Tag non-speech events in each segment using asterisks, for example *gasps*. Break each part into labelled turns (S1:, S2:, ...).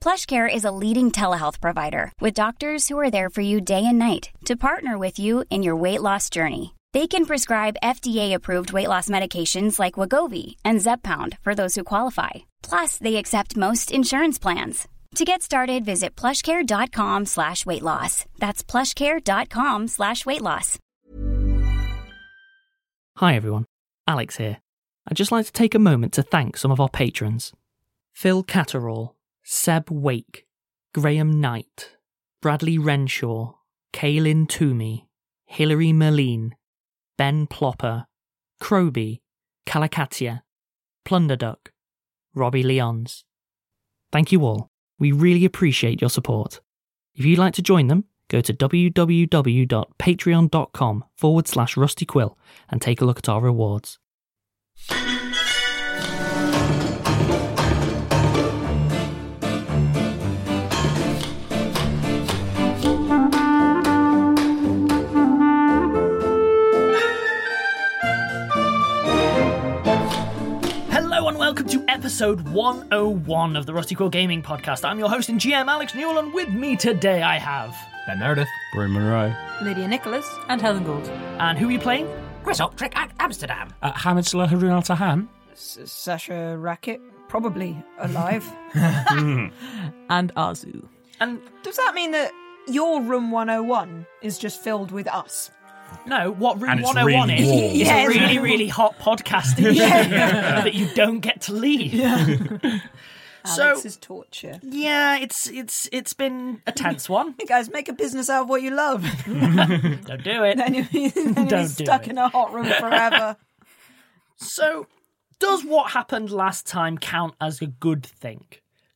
S1: PlushCare is a leading telehealth provider with doctors who are there for you day and night to partner with you in your weight loss journey. They can prescribe FDA-approved weight loss medications like Wagovi and Zepbound for those who qualify. Plus, they accept most insurance plans. To get started, visit plushcare.com slash weight loss. That's plushcare.com slash weight loss.
S2: Hi everyone, Alex here. I'd just like to take a moment to thank some of our patrons Phil Catterall, Seb Wake, Graham Knight, Bradley Renshaw, Kaylin Toomey, Hilary Merlin, Ben Plopper, Croby, Calicatia, Plunderduck, Robbie Leons. Thank you all. We really appreciate your support. If you'd like to join them, go to www.patreon.com forward slash rustyquill and take a look at our rewards. Hello and welcome to episode 101 of the Rusty Quill Gaming Podcast. I'm your host and GM Alex Newell, and with me today I have.
S3: Ben Meredith.
S4: Room Monroe.
S5: Lydia Nicholas and Helen Gould.
S2: And who are you playing?
S6: Chris Optrick at Amsterdam.
S3: Uh, Hamid Salah Harun Al Tahan.
S5: Sasha Racket, probably *laughs* alive.
S7: Hmm.
S3: *laughs*
S8: Hmm.
S9: and Arzu.
S2: And
S5: Does that mean that your room 101 is just filled with us?
S2: no, what Room
S3: And
S5: oh
S3: it's
S2: 101
S3: really
S2: is,
S5: *laughs*
S3: warm.
S2: is
S5: Yeah,
S2: a
S5: it's
S2: really, *laughs*
S5: really- *laughs* *laughs*
S2: really hot podcast that you don't get to leave.
S5: Alex is torture.
S10: Yeah, it's it's it's been a tense one.
S5: *laughs* You guys make a business out of what you love. *laughs*
S10: Don't do it.
S5: then you *laughs*
S10: Don't do
S5: are stuck
S10: it.
S5: in a hot room forever.
S10: So, does what happened last time count as a good thing?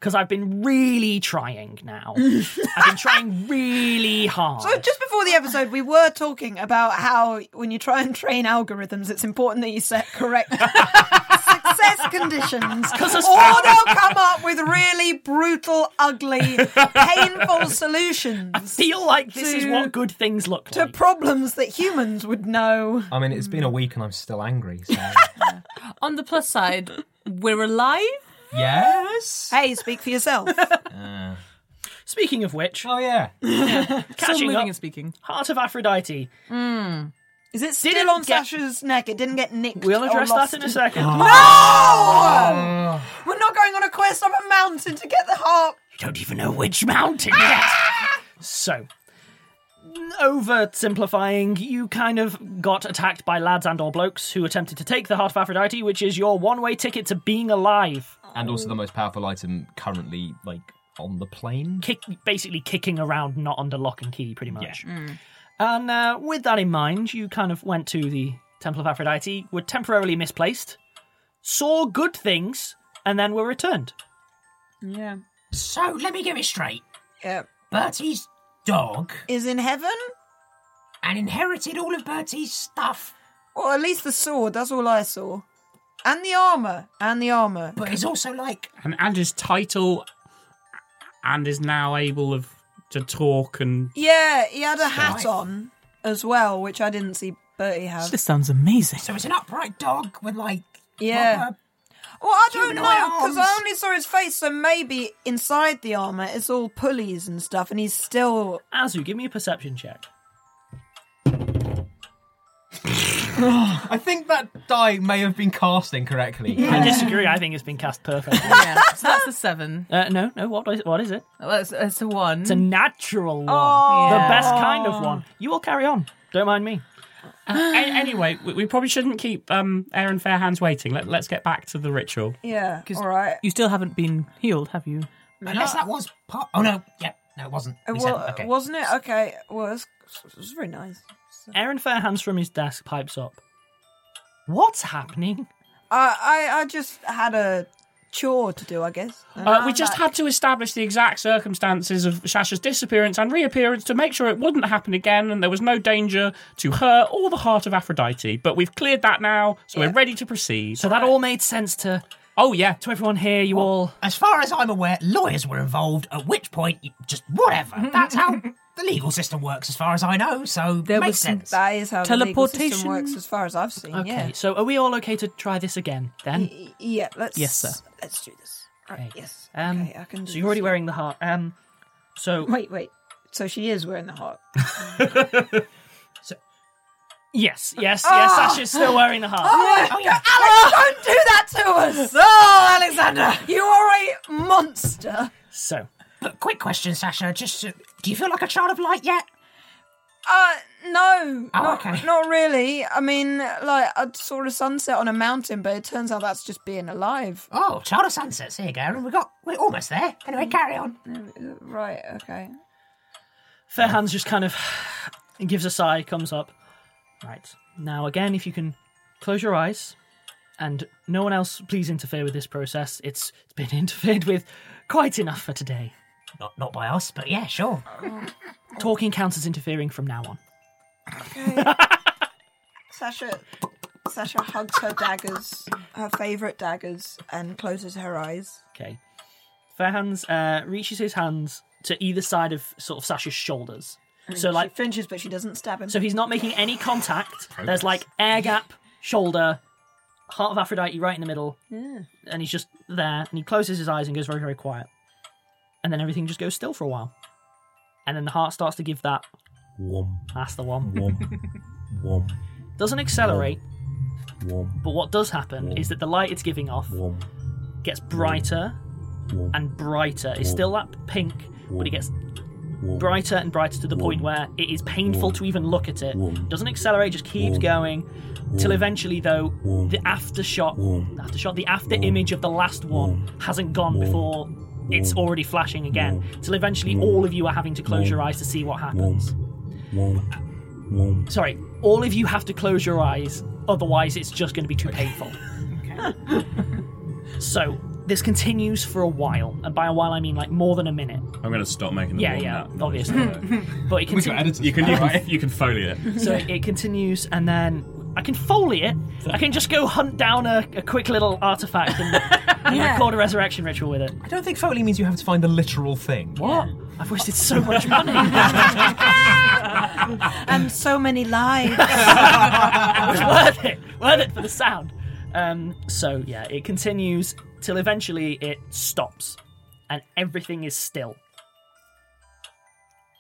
S10: Because I've been really trying
S8: *laughs*
S10: now. I've been trying really hard.
S5: So just before the episode, we were talking about how when you try and train algorithms, it's important that you set
S10: *laughs*
S5: correct success conditions, or
S10: as-
S5: they'll come up with really brutal,
S10: *laughs*
S5: ugly, painful solutions. I
S10: feel like this is what good things look
S5: to problems that humans would know.
S4: I mean, it's been
S5: Hmm.
S4: a week and I'm still angry. So.
S8: On the plus side, we're alive.
S4: yes.
S5: Hey, speak for yourself.
S4: *laughs*
S6: Uh.
S10: Speaking of which,
S4: oh yeah,
S8: Still
S10: *laughs* catching
S8: moving
S10: up,
S8: and speaking.
S10: Heart of Aphrodite.
S5: Is it
S10: Did
S5: still
S10: it
S5: on
S10: get-
S5: Sasha's neck? It didn't get nicked.
S10: We'll
S8: Oh,
S5: or
S10: address that
S5: lost.
S10: in
S8: *gasps*
S10: a second. *laughs*
S5: No! We're not going on a quest up a mountain to get the Ah! harp.
S10: Don't even
S8: Oh!
S10: know which mountain yet. so, oversimplifying, you kind of got attacked by lads and or blokes who attempted to take the Heart of Aphrodite, which is your one-way ticket to being alive.
S4: And also the most powerful item currently, like on the plane.
S10: Kick, basically kicking around, not under lock and key, pretty much. And uh, with that in mind, you kind of went to the Temple of Aphrodite, were temporarily misplaced, saw good things, and then were returned.
S5: Yeah.
S7: So let me get it straight.
S5: Yeah.
S7: Bertie's dog
S5: Is in heaven?
S7: and inherited all of Bertie's stuff,
S5: Or at least the sword, that's all I saw. And the armour. And the armour.
S7: but is also like
S11: and and his title, and is now able of to talk and
S5: Yeah, he had a hat on as well, which I didn't see Bertie have.
S8: Uh, This sounds *laughs* amazing.
S7: so it's an upright dog with like
S5: Yeah.
S7: proper-
S5: Well, I don't know,
S7: Humanoid
S5: because I
S7: arms.
S5: only saw his face, so maybe inside the armour it's all pulleys and stuff, and he's still.
S10: Azu, give me a perception check.
S4: *sighs* I think that die may have been cast incorrectly.
S10: I disagree. I think it's been cast perfectly.
S8: yeah, so that's a seven. Oh,
S10: Uh, no, no. What is, what is it?
S8: Well, it's, it's a one.
S10: It's a natural one.
S8: Oh.
S10: The
S8: Yeah.
S10: best kind of one. You will carry on. Don't mind me.
S11: Uh, A- anyway, we, we probably shouldn't keep um, Aaron Fairhands waiting. Let, let's get back to the ritual.
S5: Yeah, alright.
S8: You still haven't been healed, have you?
S7: unless that was part. Oh no, yeah, no, it wasn't.
S5: Uh,
S7: We
S5: well,
S7: said, okay.
S5: Wasn't it? Okay, well, it was, it was very nice.
S10: Aaron Fairhands from his desk pipes up. What's happening?
S5: I, I, I just had a chore to do, I guess. And
S11: Uh,
S5: I'm
S10: Ah,
S11: we just
S5: back.
S11: had to establish the exact circumstances of Shasha's disappearance and reappearance to make sure it wouldn't happen again and there was no danger to her or the heart of Aphrodite. But we've cleared that now, so we're ready to proceed.
S10: So that all made sense to
S11: Oh, yeah.
S10: to everyone here. You all.
S7: As far as I'm aware, lawyers were involved. At which point, you, just whatever. That's how the legal system works, as far as I know. So
S8: There
S7: makes
S8: was some
S7: sense.
S5: That is how teleportation the legal
S8: Teleportation.
S5: system works, as far as I've seen.
S10: Okay.
S5: Yeah.
S10: So are we all okay to try this again then?
S5: Y- Yeah. Let's.
S8: Yes, sir.
S5: Let's do this. Right,
S10: Okay.
S5: Yes.
S10: Um,
S5: okay, I can. Do
S10: so you're already
S5: this.
S10: wearing the heart. Um. So
S5: Wait, wait. So she is wearing the heart.
S10: *laughs* yes, yes, yes.
S5: Ah!
S10: Sasha's still wearing the heart.
S5: Oh, my God, Alex, don't do that to us! Oh, Alexander, you are a monster.
S10: So
S7: But quick question, Sasha. Just uh, do you feel like a child of light yet?
S5: Uh, no,
S7: Oh,
S5: not,
S7: okay.
S5: not really. I mean, like, I saw a sunset on a mountain, but it turns out that's just being alive.
S7: Oh, child of sunsets. Here you go. And we got we're almost
S10: eh?
S7: there. Anyway, carry on.
S5: Right,
S10: *laughs*
S5: okay.
S10: Fairhands just kind of *sighs* gives a sigh, comes up. Right. Now, again, if you can close your eyes and no one else, please interfere with this process. It's, it's been *laughs* interfered with quite enough for today.
S7: Not not by us, but yeah, sure.
S10: Talking counts as interfering from now on. *laughs*
S5: Sasha Sasha hugs her daggers, her favourite daggers, and closes her eyes.
S10: Okay. Fairhands uh, reaches his hands to either side of sort of Sasha's shoulders. So, like,
S5: she flinches, but she doesn't stab him.
S10: so he's not making any contact. There's like air gap, shoulder, heart of Aphrodite right in the middle.
S5: yeah.
S10: and he's just there and he closes his eyes and goes very very quiet and then everything just goes still for a while and then the heart starts to give that
S11: Warm,
S10: that's the one
S11: warm, warm,
S10: *laughs* doesn't accelerate
S11: warm,
S10: but what does happen is that the light it's giving off
S11: warm,
S10: gets brighter
S11: warm.
S10: and brighter it's still that pink but it gets brighter and brighter to the point where it is painful to even look at it. Doesn't accelerate, just keeps going. Till eventually, though, the after shot, after shot, the after image of the last one hasn't gone before it's already flashing again. Till eventually, all of you are having to close your eyes to see what happens. Sorry, all of you have to close your eyes, otherwise, it's just going to be too painful. so, this continues for a while, and by a while, I mean like more than a minute.
S12: I'm going to stop making the
S10: Yeah,
S12: warm
S10: yeah,
S12: up noise.
S10: obviously.
S11: *laughs*
S10: *laughs* but
S12: We've got
S10: it continues.
S12: editors You can- now, you can- right? you can Foley it.
S10: So it continues, and then I can Foley it. I can just go hunt down a, a quick little artifact and, and record a resurrection ritual with it.
S4: I don't think Foley means you have to find the literal thing.
S10: What? I've wasted so much money.
S5: and so many
S10: *laughs*
S5: lives.
S10: was worth it. Worth it for the sound. Um, so yeah, it continues till eventually it stops, and everything is still.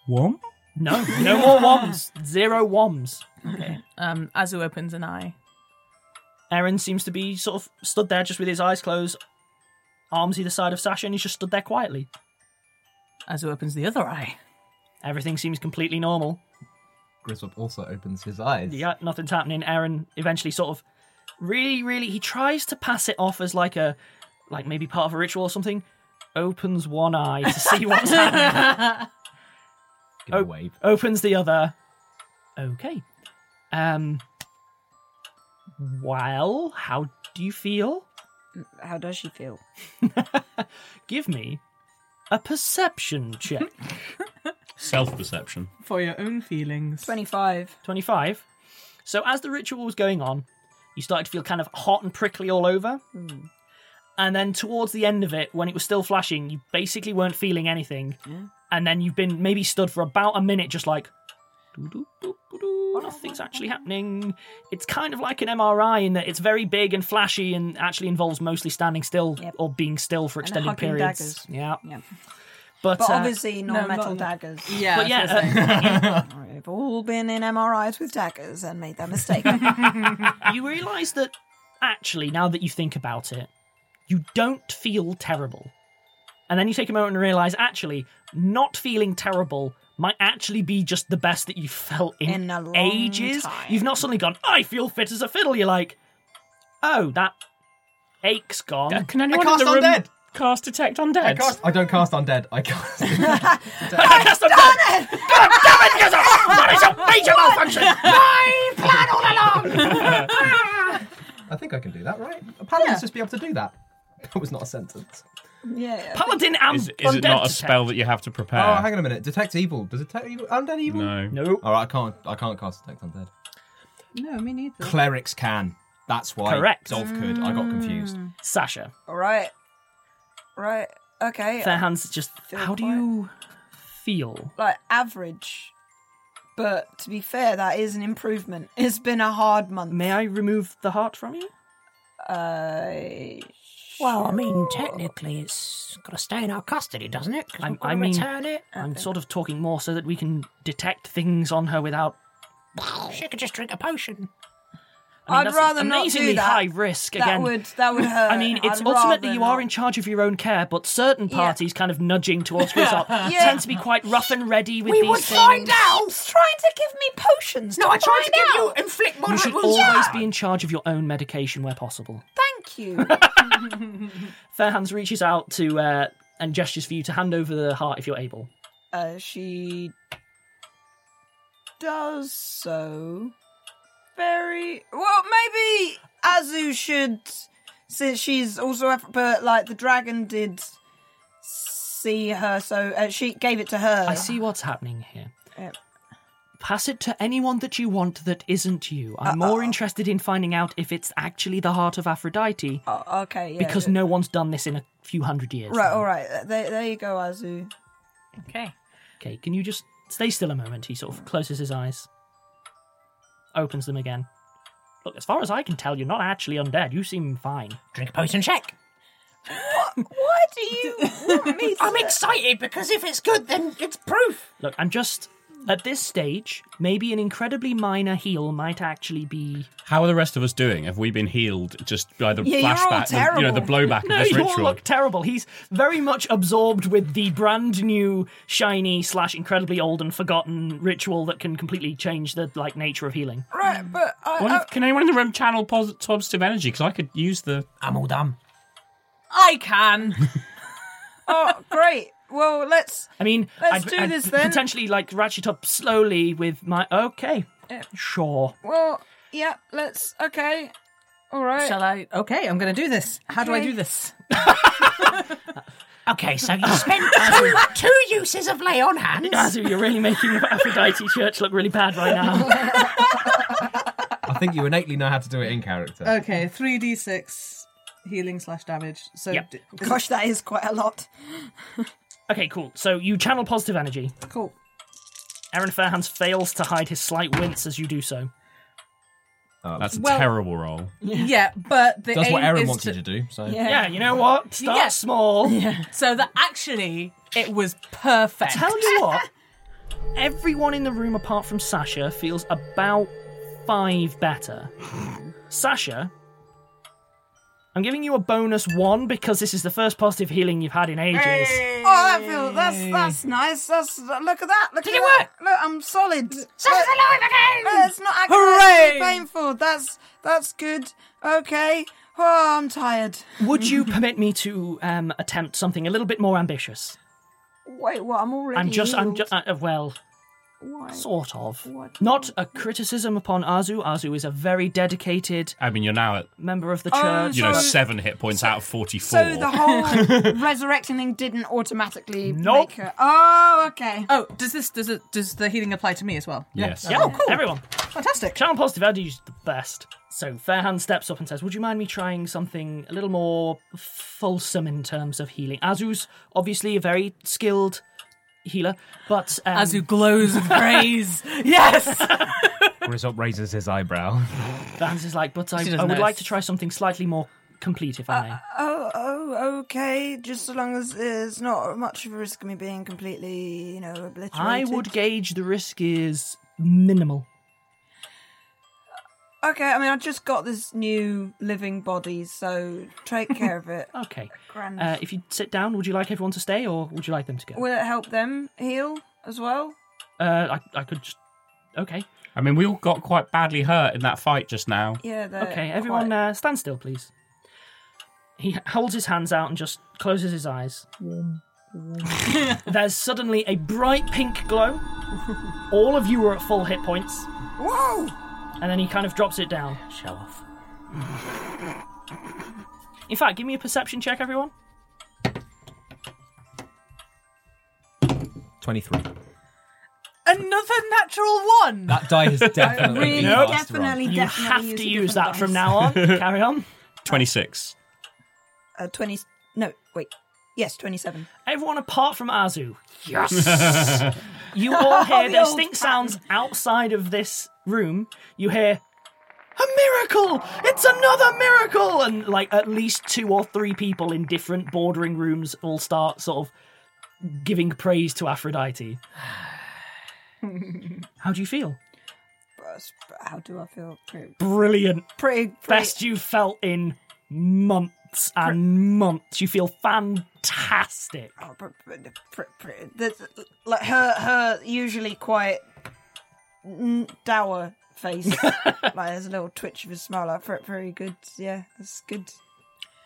S3: One?
S10: No, no more woms. Zero woms.
S9: Okay. Um, Azu opens an eye.
S10: Aaron seems to be sort of stood there just with his eyes closed, arms either side of Sasha, and he's just stood there quietly.
S9: Azu opens the other eye.
S10: Everything seems completely normal.
S4: *laughs* Griswold also opens his eyes.
S10: Yeah, nothing's happening. Aaron eventually sort of really, really he tries to pass it off as like a like maybe part of a ritual or something. Opens one eye to see
S9: *laughs*
S8: *laughs*
S10: what's happening. O- Opens the other. Okay. Um Well, how do you feel?
S13: How does she feel?
S10: *laughs* Give me a perception check.
S12: Self perception.
S9: *laughs* For your own feelings.
S10: 25. 25. So as the ritual was going on, you started to feel kind of hot and prickly all over.
S6: Hmm.
S10: And then towards the end of it, when it was still flashing, you basically weren't feeling anything. And then you've been maybe stood for about a minute just like, doo-doo, doo-doo, nothing's actually happening. It's kind of like an MRI in that it's very big and flashy and actually involves mostly standing still or being still for
S5: And
S10: extended
S5: hugging
S10: periods.
S5: daggers.
S10: Yeah.
S13: yeah.
S10: But,
S5: But
S10: uh,
S5: obviously,
S13: no,
S5: non metal
S13: not-
S5: daggers.
S13: Yeah,
S10: But that's what yeah.
S5: All right, We've all been in MRIs with daggers and made that mistake.
S10: *laughs* you realise that actually, now that you think about it, you don't feel terrible. And then you take a moment and realise actually, not feeling terrible might actually be just the best that you've felt in,
S5: In a long
S10: ages. You've not suddenly gone, I feel fit as a fiddle. You're like, oh, that ache's gone.
S11: Uh, Can anyone in the room *laughs* cast detect undead?
S4: I, cast, I don't cast undead. I cast.
S10: cast undead. God damn it, there's a- that is a major
S4: *laughs*
S10: malfunction. My plan all along.
S4: I think I can do that, right? A paladin just be able to do that. That was not a sentence.
S5: yeah.
S10: Paladin and
S12: Is, is it not a spell that you have to prepare?
S4: Oh, hang on a minute. Detect evil. Does detect evil? Undead evil?
S12: No.
S10: No.
S4: All right. I can't. I can't cast detect undead.
S13: No, me neither.
S4: Clerics can. That's why.
S10: Correct. Mm.
S4: Dolph could. I got confused.
S10: Sasha.
S5: All right. Right. Okay.
S10: Fair hands just. How do you feel?
S5: Like, average. But to be fair, that is an improvement. *laughs* It's been a hard month.
S10: May I remove the heart from you?
S5: Uh.
S6: Well, I mean, technically, it's got to stay in our custody, doesn't it? 'Cause
S10: I'm,
S6: we've got
S10: I
S6: to
S10: mean,
S6: return it.
S10: I'm sort of talking more so that we can detect things on her without.
S6: She could just drink a potion.
S10: I mean,
S5: I'd
S10: that's
S5: rather not do
S10: amazingly
S5: that.
S10: high risk.
S5: That
S10: Again,
S5: would- that
S10: *laughs*
S5: would hurt.
S10: I mean, it's
S5: I'd
S10: ultimately
S5: rather
S10: you are in charge of your own care, but certain parties, kind of
S5: *laughs*
S10: nudging towards screws up,
S5: Yeah.
S10: tend to be quite rough and ready with
S5: We
S10: these
S5: would
S10: things.
S5: find out. trying to give me potions.
S6: No, I tried to
S5: find
S6: give you
S5: out.
S6: inflict
S10: You
S6: moderate
S10: should
S6: wounds.
S10: always be in charge of your own medication where possible.
S5: Thank you.
S10: *laughs* Fairhands reaches out to uh, and gestures for you to hand over the heart if you're able.
S5: Uh, she does so. Very well. Maybe Azu should, since she's also Af- but like the dragon did see her, so uh, she gave it to her.
S10: I see what's happening here.
S5: Uh,
S10: Pass it to anyone that you want that isn't you.
S5: Uh,
S10: I'm more interested in finding out if it's actually the heart of Aphrodite
S5: okay, Uh, yeah.
S10: because no one's done this in a few hundred years.
S5: Right, all right. There, there you go, Azu.
S9: Okay.
S10: Okay, can you just stay still a moment? He sort of closes his eyes, opens them again. Look, as far as I can tell, you're not actually undead. You seem fine.
S6: Drink potion check.
S5: Why do you want me
S6: *laughs* I'm excited because if it's good, then it's proof.
S10: Look, I'm just At this stage, maybe an incredibly minor heal might actually be.
S12: How are the rest of us doing? Have we been healed just by the
S10: Yeah, you're all
S12: flashback, the, you know, the blowback
S10: no,
S12: of this
S10: you all
S12: ritual?
S10: look terrible. He's very much absorbed with the brand new, shiny slash incredibly old and forgotten ritual that can completely change the like nature of healing.
S5: Right, but I,
S12: One of- can anyone in the room channel pos- positive energy? Because I could use the.
S6: I'm all done.
S9: I
S10: *laughs*
S9: can.
S5: oh, great. Well, let's.
S10: I mean,
S5: Let's
S10: I'd,
S5: do
S10: I'd
S5: this
S10: p-
S5: then.
S10: Potentially, like ratchet up slowly with my. Okay,
S5: Yeah.
S10: sure.
S5: uh, Well, yeah. Let's. Okay. All right.
S9: Shall I? Okay, I'm going to do this.
S5: How do I do
S9: this?
S6: *laughs* Okay, so you
S8: *laughs*
S6: spent two, two uses of lay on hands.
S10: Azu, you're really making the Aphrodite Church look really bad right now.
S4: I think you innately know how to do it in
S10: *laughs*
S4: character.
S10: Uh,
S13: Okay, three d six healing slash damage. So
S10: Yep.
S13: d-
S5: Gosh, that is quite a lot.
S10: okay, cool. So you channel positive energy.
S13: Cool.
S10: Aaron Fairhands fails to hide his slight wince as you do so.
S12: That's a
S9: Well-
S12: terrible roll.
S9: Yeah, but the
S4: That's what
S9: aim
S4: Aaron
S9: is
S4: wants
S9: to...
S4: you to do. So
S9: Yeah.
S10: you know what? Start
S9: Yeah.
S10: small.
S9: So that actually it was perfect.
S10: Tell you what, everyone in the room apart from Sasha feels about five better. Sasha, I'm giving you a bonus one because this is the first positive healing you've had in ages.
S5: Oh, that feels that's that's nice. That's look at that. Look Did at it that. work? Look, I'm solid.
S6: Sasha's alive again!
S5: Uh, it's not actually
S9: Hooray!
S5: painful. That's that's good. Okay. Oh, I'm tired.
S10: Would you permit me to um, attempt something a little bit more ambitious?
S5: Wait, what? I'm already.
S10: I'm just, I'm
S5: healed.
S10: just, uh, well,
S5: Why?
S10: sort of.
S5: What?
S10: Not a criticism upon Azu. Azu is a very dedicated
S12: I mean, you're now at
S10: member of the
S5: Oh,
S10: church.
S12: you know
S5: so-
S12: seven hit points out of forty-four.
S5: So the
S10: *laughs*
S5: whole resurrecting thing didn't automatically
S10: Nope.
S5: make her. Oh, okay.
S9: Oh, does this does it does the healing apply to me as well?
S12: yes.
S10: Yeah,
S9: Oh, cool.
S10: Everyone.
S9: Fantastic.
S10: Channel Positive Eddie is the best. So Fairhand steps up and says, Would you mind me trying something a little more fulsome in terms of healing? Azu's obviously a very skilled healer, but. Um,
S9: Azu glows with
S10: *laughs*
S9: praise. *laughs* yes.
S4: Rizop raises his eyebrow.
S10: Fairhand's is like, But
S9: She
S10: I, I
S9: doesn't
S10: would
S9: notice. Uh,
S10: like to try something slightly more complete, if I may.
S5: Oh, oh, okay. Just so long as there's not much of a risk of me being completely, you know, obliterated.
S10: I would gauge the risk is minimal.
S5: Okay, I mean, I just got this new living body, so take care of it.
S10: *laughs* Okay.
S5: Grand.
S10: Uh, if you sit down, would you like everyone to stay or would you like them to go?
S5: Will it help them heal as well?
S10: Uh, I, I could just. Okay.
S12: I mean, we all got quite badly hurt in that fight just now.
S5: Yeah. they're
S10: Okay, everyone,
S5: quite-
S10: uh, stand still, please. He holds his hands out and just closes
S9: *laughs*
S10: his eyes. There's suddenly a bright pink glow. All of you are at full hit points,
S5: Whoa!
S10: and then he kind of drops it down.
S6: Show off.
S10: In fact, give me a perception check, everyone.
S4: *laughs* Twenty-three.
S9: Another natural one.
S4: That die has
S5: I
S4: definitely
S5: really
S4: been cast wrong.
S5: definitely, definitely
S10: You have
S5: use a
S10: to
S5: different
S10: use that from
S5: dice.
S10: now on.
S12: *laughs*
S10: Carry on.
S12: Twenty-six.
S5: Uh, Twenty. No, wait. Yes, twenty-seven.
S10: Everyone apart from Azu.
S12: *laughs*
S10: Yes. *laughs*
S5: *laughs*
S10: you all hear
S5: The
S10: distinct
S5: old
S10: sounds outside of this room. You hear a miracle! It's another miracle! And like at least two or three people in different bordering rooms all start sort of giving praise to Aphrodite. How do you feel?
S5: *laughs* How do I feel? Pretty,
S10: Brilliant.
S5: pretty, pretty
S10: Best you felt in months and months. You feel fantastic.
S5: Oh, pr- pr- pr- pr- that's- like her her usually quite n- dour
S10: *laughs*
S5: face like there's a little twitch of a smile like very- very good yeah that's good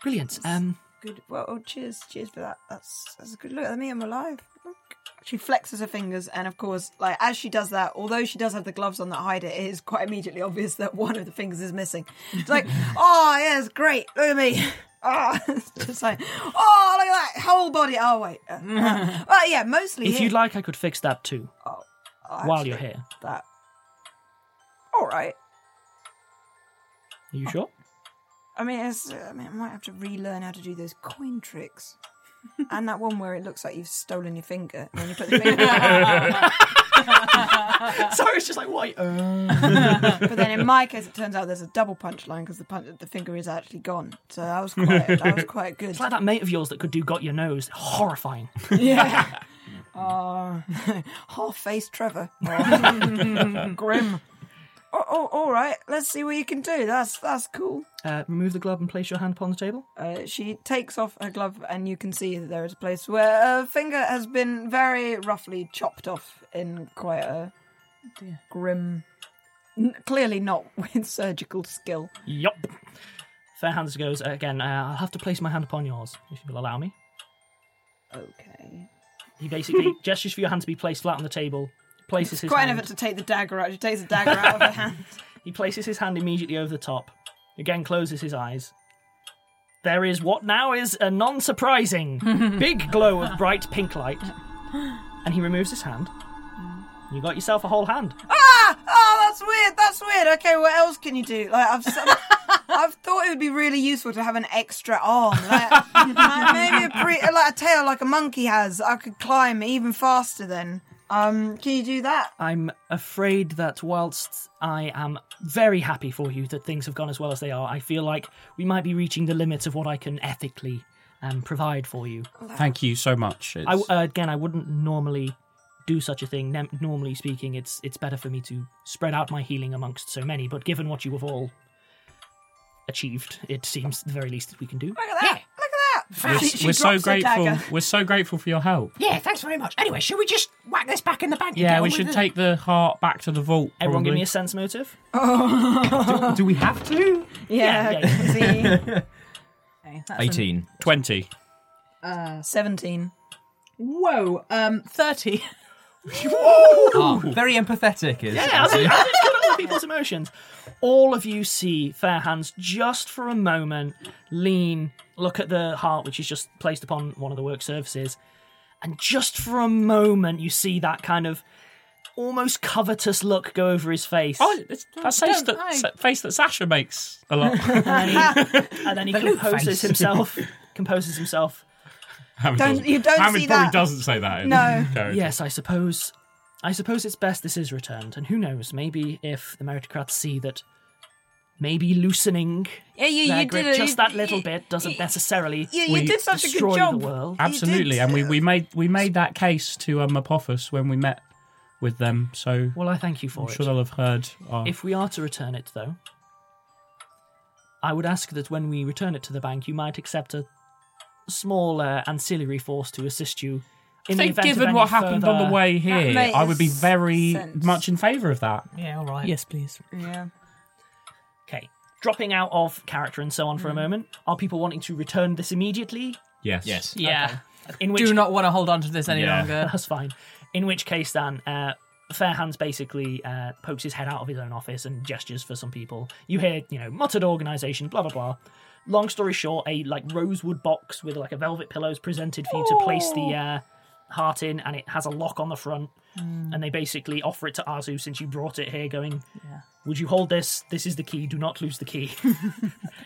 S10: Brilliant. Um
S5: good well oh, cheers cheers for that that's that's a good look at me i'm alive Look. she flexes her fingers and of course like as she does that although she does have the gloves on that hide it it is quite immediately obvious that one of the fingers is missing it's
S10: *laughs*
S5: like oh yeah it's great look at me *laughs* Ah, it's just like, oh, look at that whole body. Oh wait, uh, uh, well, yeah, mostly.
S10: if
S5: here.
S10: you'd like I could fix that too.
S5: Oh,
S10: while
S5: actually,
S10: you're here.
S5: that. All right.
S10: Are you sure?
S5: I mean, it's, I mean, I might have to relearn how to do those coin tricks, and that one where it looks like you've stolen your finger. And then you put the finger
S10: Sorry, it's just like
S5: *laughs*
S10: wait.
S5: but then in my case, it turns out there's a double punchline because the punch, the finger is actually gone. So that was
S10: *laughs*
S5: quite that was quite good.
S10: *laughs* It's like that mate of yours that could do got your nose. Horrifying.
S5: *laughs* yeah. Oh, *laughs* half-faced
S10: *laughs*
S5: Trevor.
S13: Grim.
S5: Oh, oh, all right. Let's see what you can do. That's that's cool.
S10: Uh, remove the glove and place your hand upon the table.
S5: Uh, she takes off her glove, and you can see that there is a place where her finger has been very roughly chopped off in quite a grim, n- clearly not *laughs* with surgical skill.
S10: Yup. Fair hands goes again. Uh, I'll have to place my hand upon yours if you'll allow me.
S5: Okay. *laughs*
S10: He basically gestures for your hand to be placed flat on the table. Places his
S5: quite an
S10: hand.
S5: effort to take the dagger out. She takes the dagger out of her hand.
S10: He places his hand immediately over the top. Again, closes his eyes. There is what now is a non surprising
S5: *laughs*
S10: big glow of bright pink light. *laughs* And he removes his hand. You got yourself a whole hand.
S5: Ah! Oh, that's weird. That's weird. Okay, what else can you do? Like
S6: *laughs*
S5: I've, s- I've thought it would be really useful to have an extra arm, like, like maybe a pre, like a tail, like a monkey has. I could climb even faster then. Um, can you do that?
S10: I'm afraid that whilst I am very happy for you that things have gone as well as they are, I feel like we might be reaching the limits of what I can ethically um, provide for you.
S5: Oh,
S11: Thank you so much.
S10: I,
S11: It's-
S10: uh, again, I wouldn't normally do such a thing. Nem- normally speaking, it's it's better for me to spread out my healing amongst so many. But given what you have all achieved, it seems the very least that we can do.
S5: Look at that! Look at
S10: *laughs*
S11: we're
S5: that! She- she
S11: we're so
S5: drops her
S11: grateful.
S5: dagger.
S11: We're so grateful for your help.
S6: Yeah, thanks very much. Anyway, should we just whack this back in the bank? and get
S11: Yeah, we
S6: on with
S11: should
S6: it? *laughs*
S11: take the heart back to the vault.
S10: Everyone, give
S11: probably.
S10: me a sense motive.
S11: do, do we have
S5: Oh.
S11: to?
S5: Yeah.
S11: *laughs*
S13: Okay, that's an-
S12: 18.
S11: 20.
S13: uh,
S5: 17.
S13: Whoa, um, 30.
S4: Ah, very empathetic is.
S10: Yeah, I was, I
S4: *laughs*
S10: was just good at all people's emotions. All of you see Fair Hands just for a moment lean, look at the heart which is just placed upon one of the work surfaces, and just for a moment you see that kind of almost covetous look go over his face.
S11: Oh, it's that face
S10: Don't
S11: that,
S10: I-
S11: sa- face that Sasha makes a lot.
S6: *laughs*
S10: and then he
S11: The loop
S10: composes
S11: face.
S10: himself. Composes himself.
S11: Hammond
S10: Don't-
S11: doesn't-
S10: you don't
S11: Hammond
S10: see
S11: probably
S10: that.
S11: doesn't say that. in
S10: No.
S11: *laughs* character.
S10: Yes, I suppose. I suppose it's best this is returned, and who knows? Maybe if the meritocrats see that, maybe loosening
S5: *laughs* Yeah, you-
S10: their
S5: you
S10: grip
S5: did a-
S10: just
S5: you-
S10: that little bit doesn't necessarily
S5: you- you
S10: *laughs*
S5: did such a good
S10: destroy
S5: job.
S10: the world.
S11: Absolutely, and we, we made we made that case to um, Apophis when we met with them. So
S10: well, I thank you for
S11: I'm
S10: it.
S11: Sure, they'll have heard. Our...
S10: If we are to return it, though, I would ask that when we return it to the bank, you might accept a small uh, ancillary force to assist you. In
S11: I think
S10: the event of
S11: given
S10: any
S11: what happened on
S10: further-
S11: the way here, I would be very much in favour of that.
S10: Yeah, all right.
S11: Yes,
S10: please.
S5: Yeah.
S10: Okay. Dropping out of character and so on for a moment. Are people wanting to return this immediately?
S12: Yes.
S11: Yes.
S9: Yeah.
S10: In which
S9: Do not want to hold on to this any
S10: Yeah.
S9: longer.
S10: *laughs* That's fine. In which case, then, uh, Fair Hands basically uh, pokes his head out of his own office and gestures for some people. You hear, you know, muttered organisation, blah blah blah. Long story short, a like rosewood box with like a velvet pillow is presented for you to place the uh, heart in, and it has a lock on the front.
S9: Hmm.
S10: And they basically offer it to Azu since you brought it here, going, "Would you hold this? This is the key. Do not lose the key."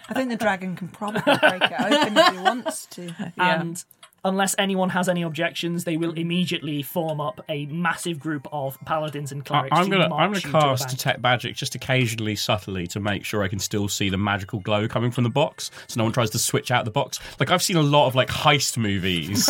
S5: I think the dragon can probably break it open if he wants to.
S6: *laughs*
S10: And unless anyone has any objections, they will immediately form up a massive group of paladins and
S11: I,
S10: clerics.
S11: I'm
S10: to
S11: gonna
S10: march
S11: I'm gonna
S10: you to the
S11: cast
S10: bank.
S11: detect magic just occasionally, subtly, to make sure I can still see the magical glow coming from the box, so no one tries to switch out the box. Like I've seen a lot of like heist
S10: *laughs*
S11: movies,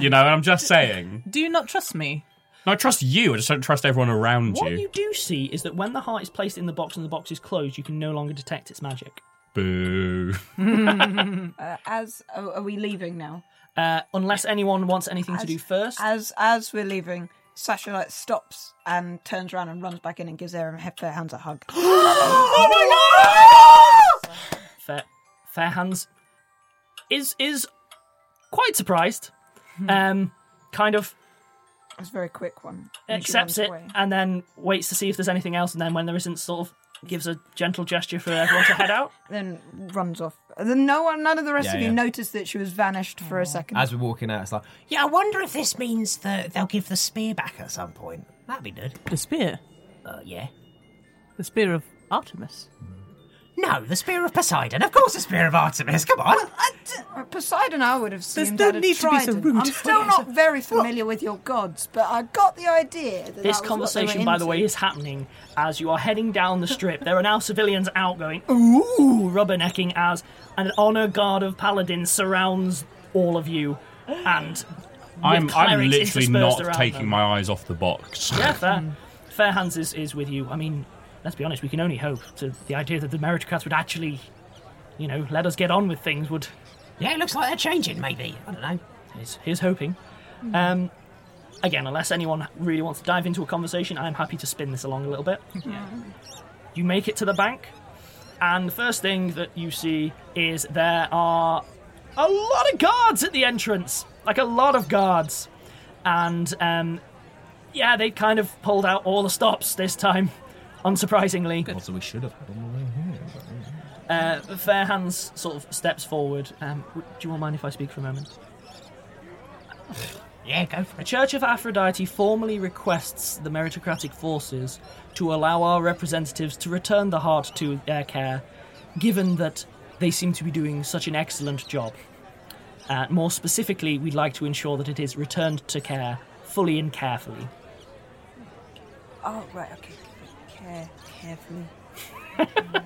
S11: you know. And I'm just saying.
S9: Do you not trust me?
S11: No, I trust you. I just don't trust everyone around
S10: What
S11: you.
S10: you do see is that when the heart is placed in the box and the box is closed, you can no longer detect its magic. *laughs*
S11: Boo.
S5: *laughs* Uh, as oh, are we leaving now?
S10: Uh, unless anyone wants anything to
S5: As-
S10: do first.
S5: As as we're leaving, Sasha like stops and turns around and runs back in and gives Aaron Fair Hands a
S10: *gasps*
S5: hug. *gasps* Oh
S10: Fair, fair hands is is quite surprised. Um, kind of
S5: It's a very quick one. And she runs
S10: accepts it
S5: away.
S10: and then waits to see if there's anything else, and then when there isn't, sort of gives a gentle gesture for everyone to
S5: *laughs*
S10: head out.
S5: Then runs off. Then no one, none of the rest
S4: Yeah,
S5: of you
S4: yeah.
S5: noticed that she was vanished for a second.
S4: As we're walking out, it's like, *laughs*
S6: Yeah, I wonder if this means that they'll give the spear back at some point. That'd be good.
S8: The spear?
S6: Uh, yeah.
S8: The spear of Artemis?
S6: No, the spear of Poseidon. Of course, the spear of Artemis. Come on.
S5: Uh, Poseidon, I would have seen
S8: no
S5: that.
S8: need to be so rude.
S5: I'm still
S8: *laughs*
S5: not very familiar with your gods, but I got the idea. That
S10: This
S5: that was what they were
S10: conversation, by the way,
S5: into.
S10: is happening as you are heading down the strip. there are now civilians out going, ooh, rubbernecking as an honor guard of paladins surrounds all of you and
S12: I'm, I'm
S10: clerics
S12: literally
S10: interspersed
S12: not
S10: around
S12: taking
S10: them.
S12: my eyes off the box.
S10: Yeah, fair. fair hands is, is with you. I mean, let's be honest, we can only hope to the idea that the meritocrats would actually, you know, let us get on with things would.
S6: Yeah, it looks like they're changing, maybe. I don't know.
S10: Here's, here's hoping. Um, again, unless anyone really wants to dive into a conversation, I'm happy to spin this along a little bit.
S5: *laughs*
S10: You make it to the bank, and the first thing that you see is there are a lot of guards at the entrance. Like a lot of guards. And um, yeah, they kind of pulled out all the stops this time, *laughs* unsurprisingly.
S4: Also, we should have had on the way here. but, yeah.
S10: Uh, Fair Hands sort of steps forward. Um, w- do you all mind if I speak for a moment?
S6: Yeah, go for
S10: The Church of Aphrodite formally requests the meritocratic forces to allow our representatives to return the heart to their care, given that they seem to be doing such an excellent job. Uh, more specifically, we'd like to ensure that it is returned to care fully and carefully.
S5: Oh, right, okay. Care, carefully.
S10: *laughs*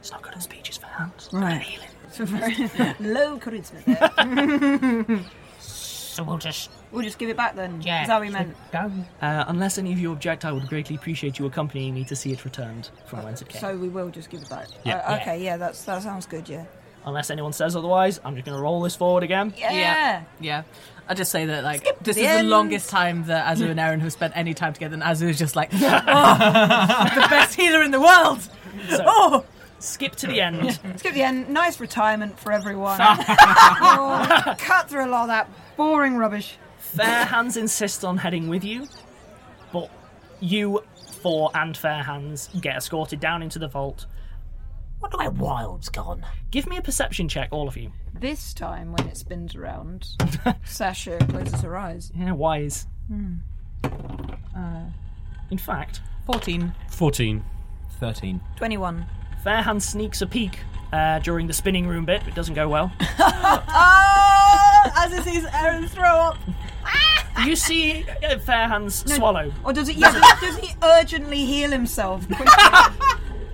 S10: it's not good at speeches for hands.
S5: Right. So *laughs* very low charisma there. *laughs*
S6: so we'll just.
S5: We'll just give it back then.
S6: Yeah.
S5: Is that what you meant?
S6: Go.
S10: Uh, unless any of you object, I would greatly appreciate you accompanying me to see it returned from whence it came.
S5: So we will just give it back.
S10: Yeah.
S5: Uh, okay, yeah, that's that sounds good,
S10: *laughs*
S5: yeah. *laughs*
S10: Unless anyone says otherwise, I'm just going to roll this forward again.
S5: Yeah.
S8: Yeah. I just say that like
S5: Skip to
S8: this
S5: the
S8: is
S5: end.
S8: the longest time that Azu and Aaron have spent any time together, and Azu is just *laughs* like oh, the best healer in the world.
S10: oh, skip to the end.
S5: Let's give the end. Nice retirement for
S10: *laughs*
S5: everyone. *laughs* Oh, cut through a lot of that boring rubbish.
S10: Fair Hands insists on heading with you, but you four and Fair Hands get escorted down into the vault.
S6: Wonder where Wild's gone.
S10: Give me a perception check, all of you.
S5: This time when it spins around, Sasha closes her eyes.
S10: Yeah, wise.
S5: Hmm.
S8: Uh,
S10: In fact,
S8: 14.
S12: 14.
S4: 13.
S5: 21.
S10: Fair Hands sneaks a peek uh, during the spinning room bit, but it doesn't go well.
S5: Oh, as it sees Aaron throw up.
S10: you see uh, Fair Hands swallow.
S5: Or does it? Yeah, does, does he urgently heal himself? quickly?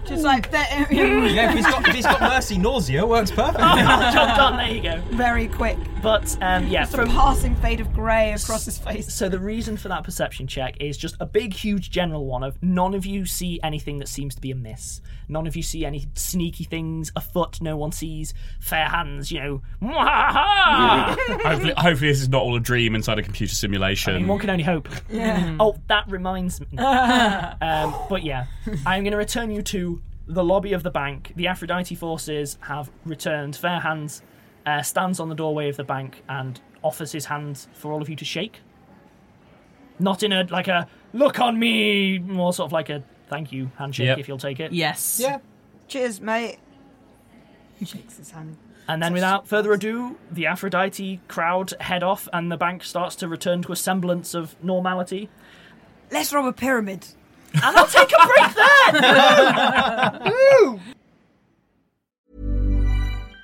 S5: Just like that.
S4: yeah, if he's got, if he's
S5: *laughs*
S4: got mercy nausea, works
S10: *laughs*
S4: perfect.
S10: Oh, Job done, there you go.
S5: Very quick.
S10: But um, yeah,
S5: Sort of
S10: from
S5: passing fade of grey across his face.
S10: So the reason for that perception check is just a big, huge general one of none of you see anything that seems to be amiss. None of you see any sneaky things afoot. No one sees fair hands. *laughs* You
S11: Ah.
S10: know,
S12: hopefully, hopefully, this is not all a dream inside a computer simulation.
S10: one can only hope.
S12: Yeah.
S10: *laughs* Oh, that reminds me. um, but yeah, I'm going to return you to the lobby of the bank. The Aphrodite forces have returned. Fair hands uh, stands on the doorway of the bank and offers his hand for all of you to shake. Not in a like a look on me, more sort of like a thank you handshake
S12: Yep.
S10: if you'll take it.
S8: Yes.
S5: Yeah. Cheers, mate. Shakes his hand.
S10: And then, without further ado, the Aphrodite crowd head off, and the bank starts to return to a semblance of normality.
S5: Let's rob a pyramid.
S10: And I'll take a break there.
S9: *laughs*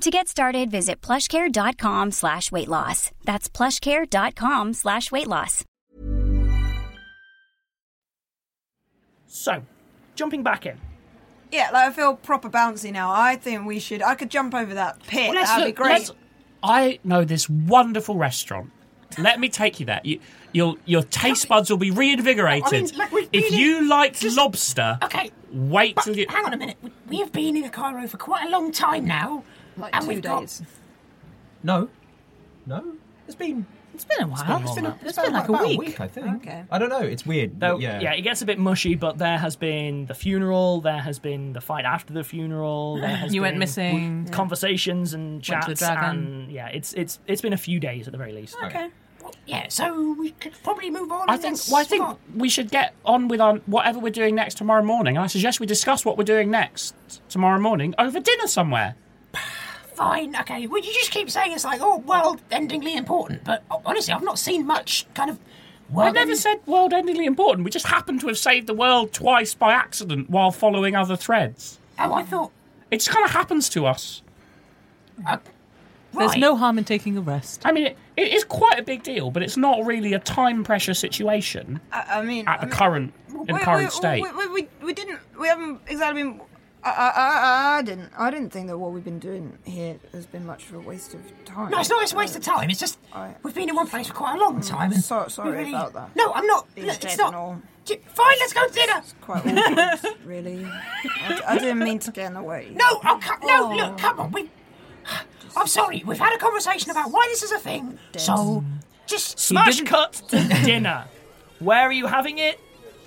S1: To get started, visit plushcare.com slash weight loss. That's plushcare.com slash weight loss.
S10: So, jumping back in.
S5: Yeah, like I feel proper bouncy now. I think we should. I could jump over that pit.
S11: Well, let's
S5: That'd be
S11: look-
S5: great.
S11: let's- I know this wonderful restaurant. Let me take you there. You, your your taste buds will be reinvigorated.
S6: I mean, like, we've
S11: if
S6: been
S11: you liked lobster,
S6: Okay.
S11: wait
S6: But
S11: till you.
S6: hang on a minute. We, we have been in Cairo for quite a long time now. Like and
S4: two
S6: we've
S4: days.
S6: Got,
S4: No. No. It's been.
S6: it's been a while.
S4: It's been, a-
S6: it's been like
S4: about-
S6: a
S4: about
S6: week.
S4: I think. I don't know. It's weird.
S10: Though,
S4: yeah.
S10: yeah. it gets a bit mushy, but there has been the funeral, there has been the fight after the funeral, there has
S9: You went
S10: been
S9: missing.
S10: conversations and
S9: to
S10: chats,
S9: the dragon.
S10: and yeah, it's it's it's been a few days at the very least.
S6: Okay. Well, yeah, so we could probably move on.
S11: I
S6: and
S11: think.
S6: let's
S11: Well, I think
S6: start.
S11: we should get on with our, whatever we're doing next tomorrow morning. I suggest we discuss what we're doing next tomorrow morning over dinner somewhere.
S6: Fine, okay. Well, you just keep saying it's like, oh, world-endingly important. But oh, honestly, I've not seen much kind of.
S11: I
S6: world-
S11: never said world-endingly important. We just happened to have saved the world twice by accident while following other threads.
S6: Oh, I thought. Uh,
S11: It just kind of happens to us.
S13: There's no harm in taking a rest.
S11: I mean, it, it is quite a big deal, but it's not really a time pressure situation
S5: I, I mean,
S11: at the
S5: I mean,
S11: current in
S5: we-
S11: current
S5: we-
S11: state.
S5: We, we, we, we didn't. We haven't exactly been. I, I, I, I didn't. I didn't think that what we've been doing here has been much of a waste of time. Mm,
S6: No, it's not a waste of time. It's just we've been in one place for quite a long time. and
S5: So, sorry
S6: we really-
S5: about that.
S6: No, I'm not.
S5: Being
S6: look,
S5: dead
S6: it's
S5: and
S6: not.
S5: all.
S6: J- Fine, let's go to dinner. *laughs*
S5: Quite awkward, really. I, I didn't mean to get in the way.
S6: No, oh, come, no, look, come on. We, I'm sorry. We've had a conversation about why this is a thing. So, just
S10: Smash
S6: smash.
S10: cut to *laughs* dinner. Where are you having it?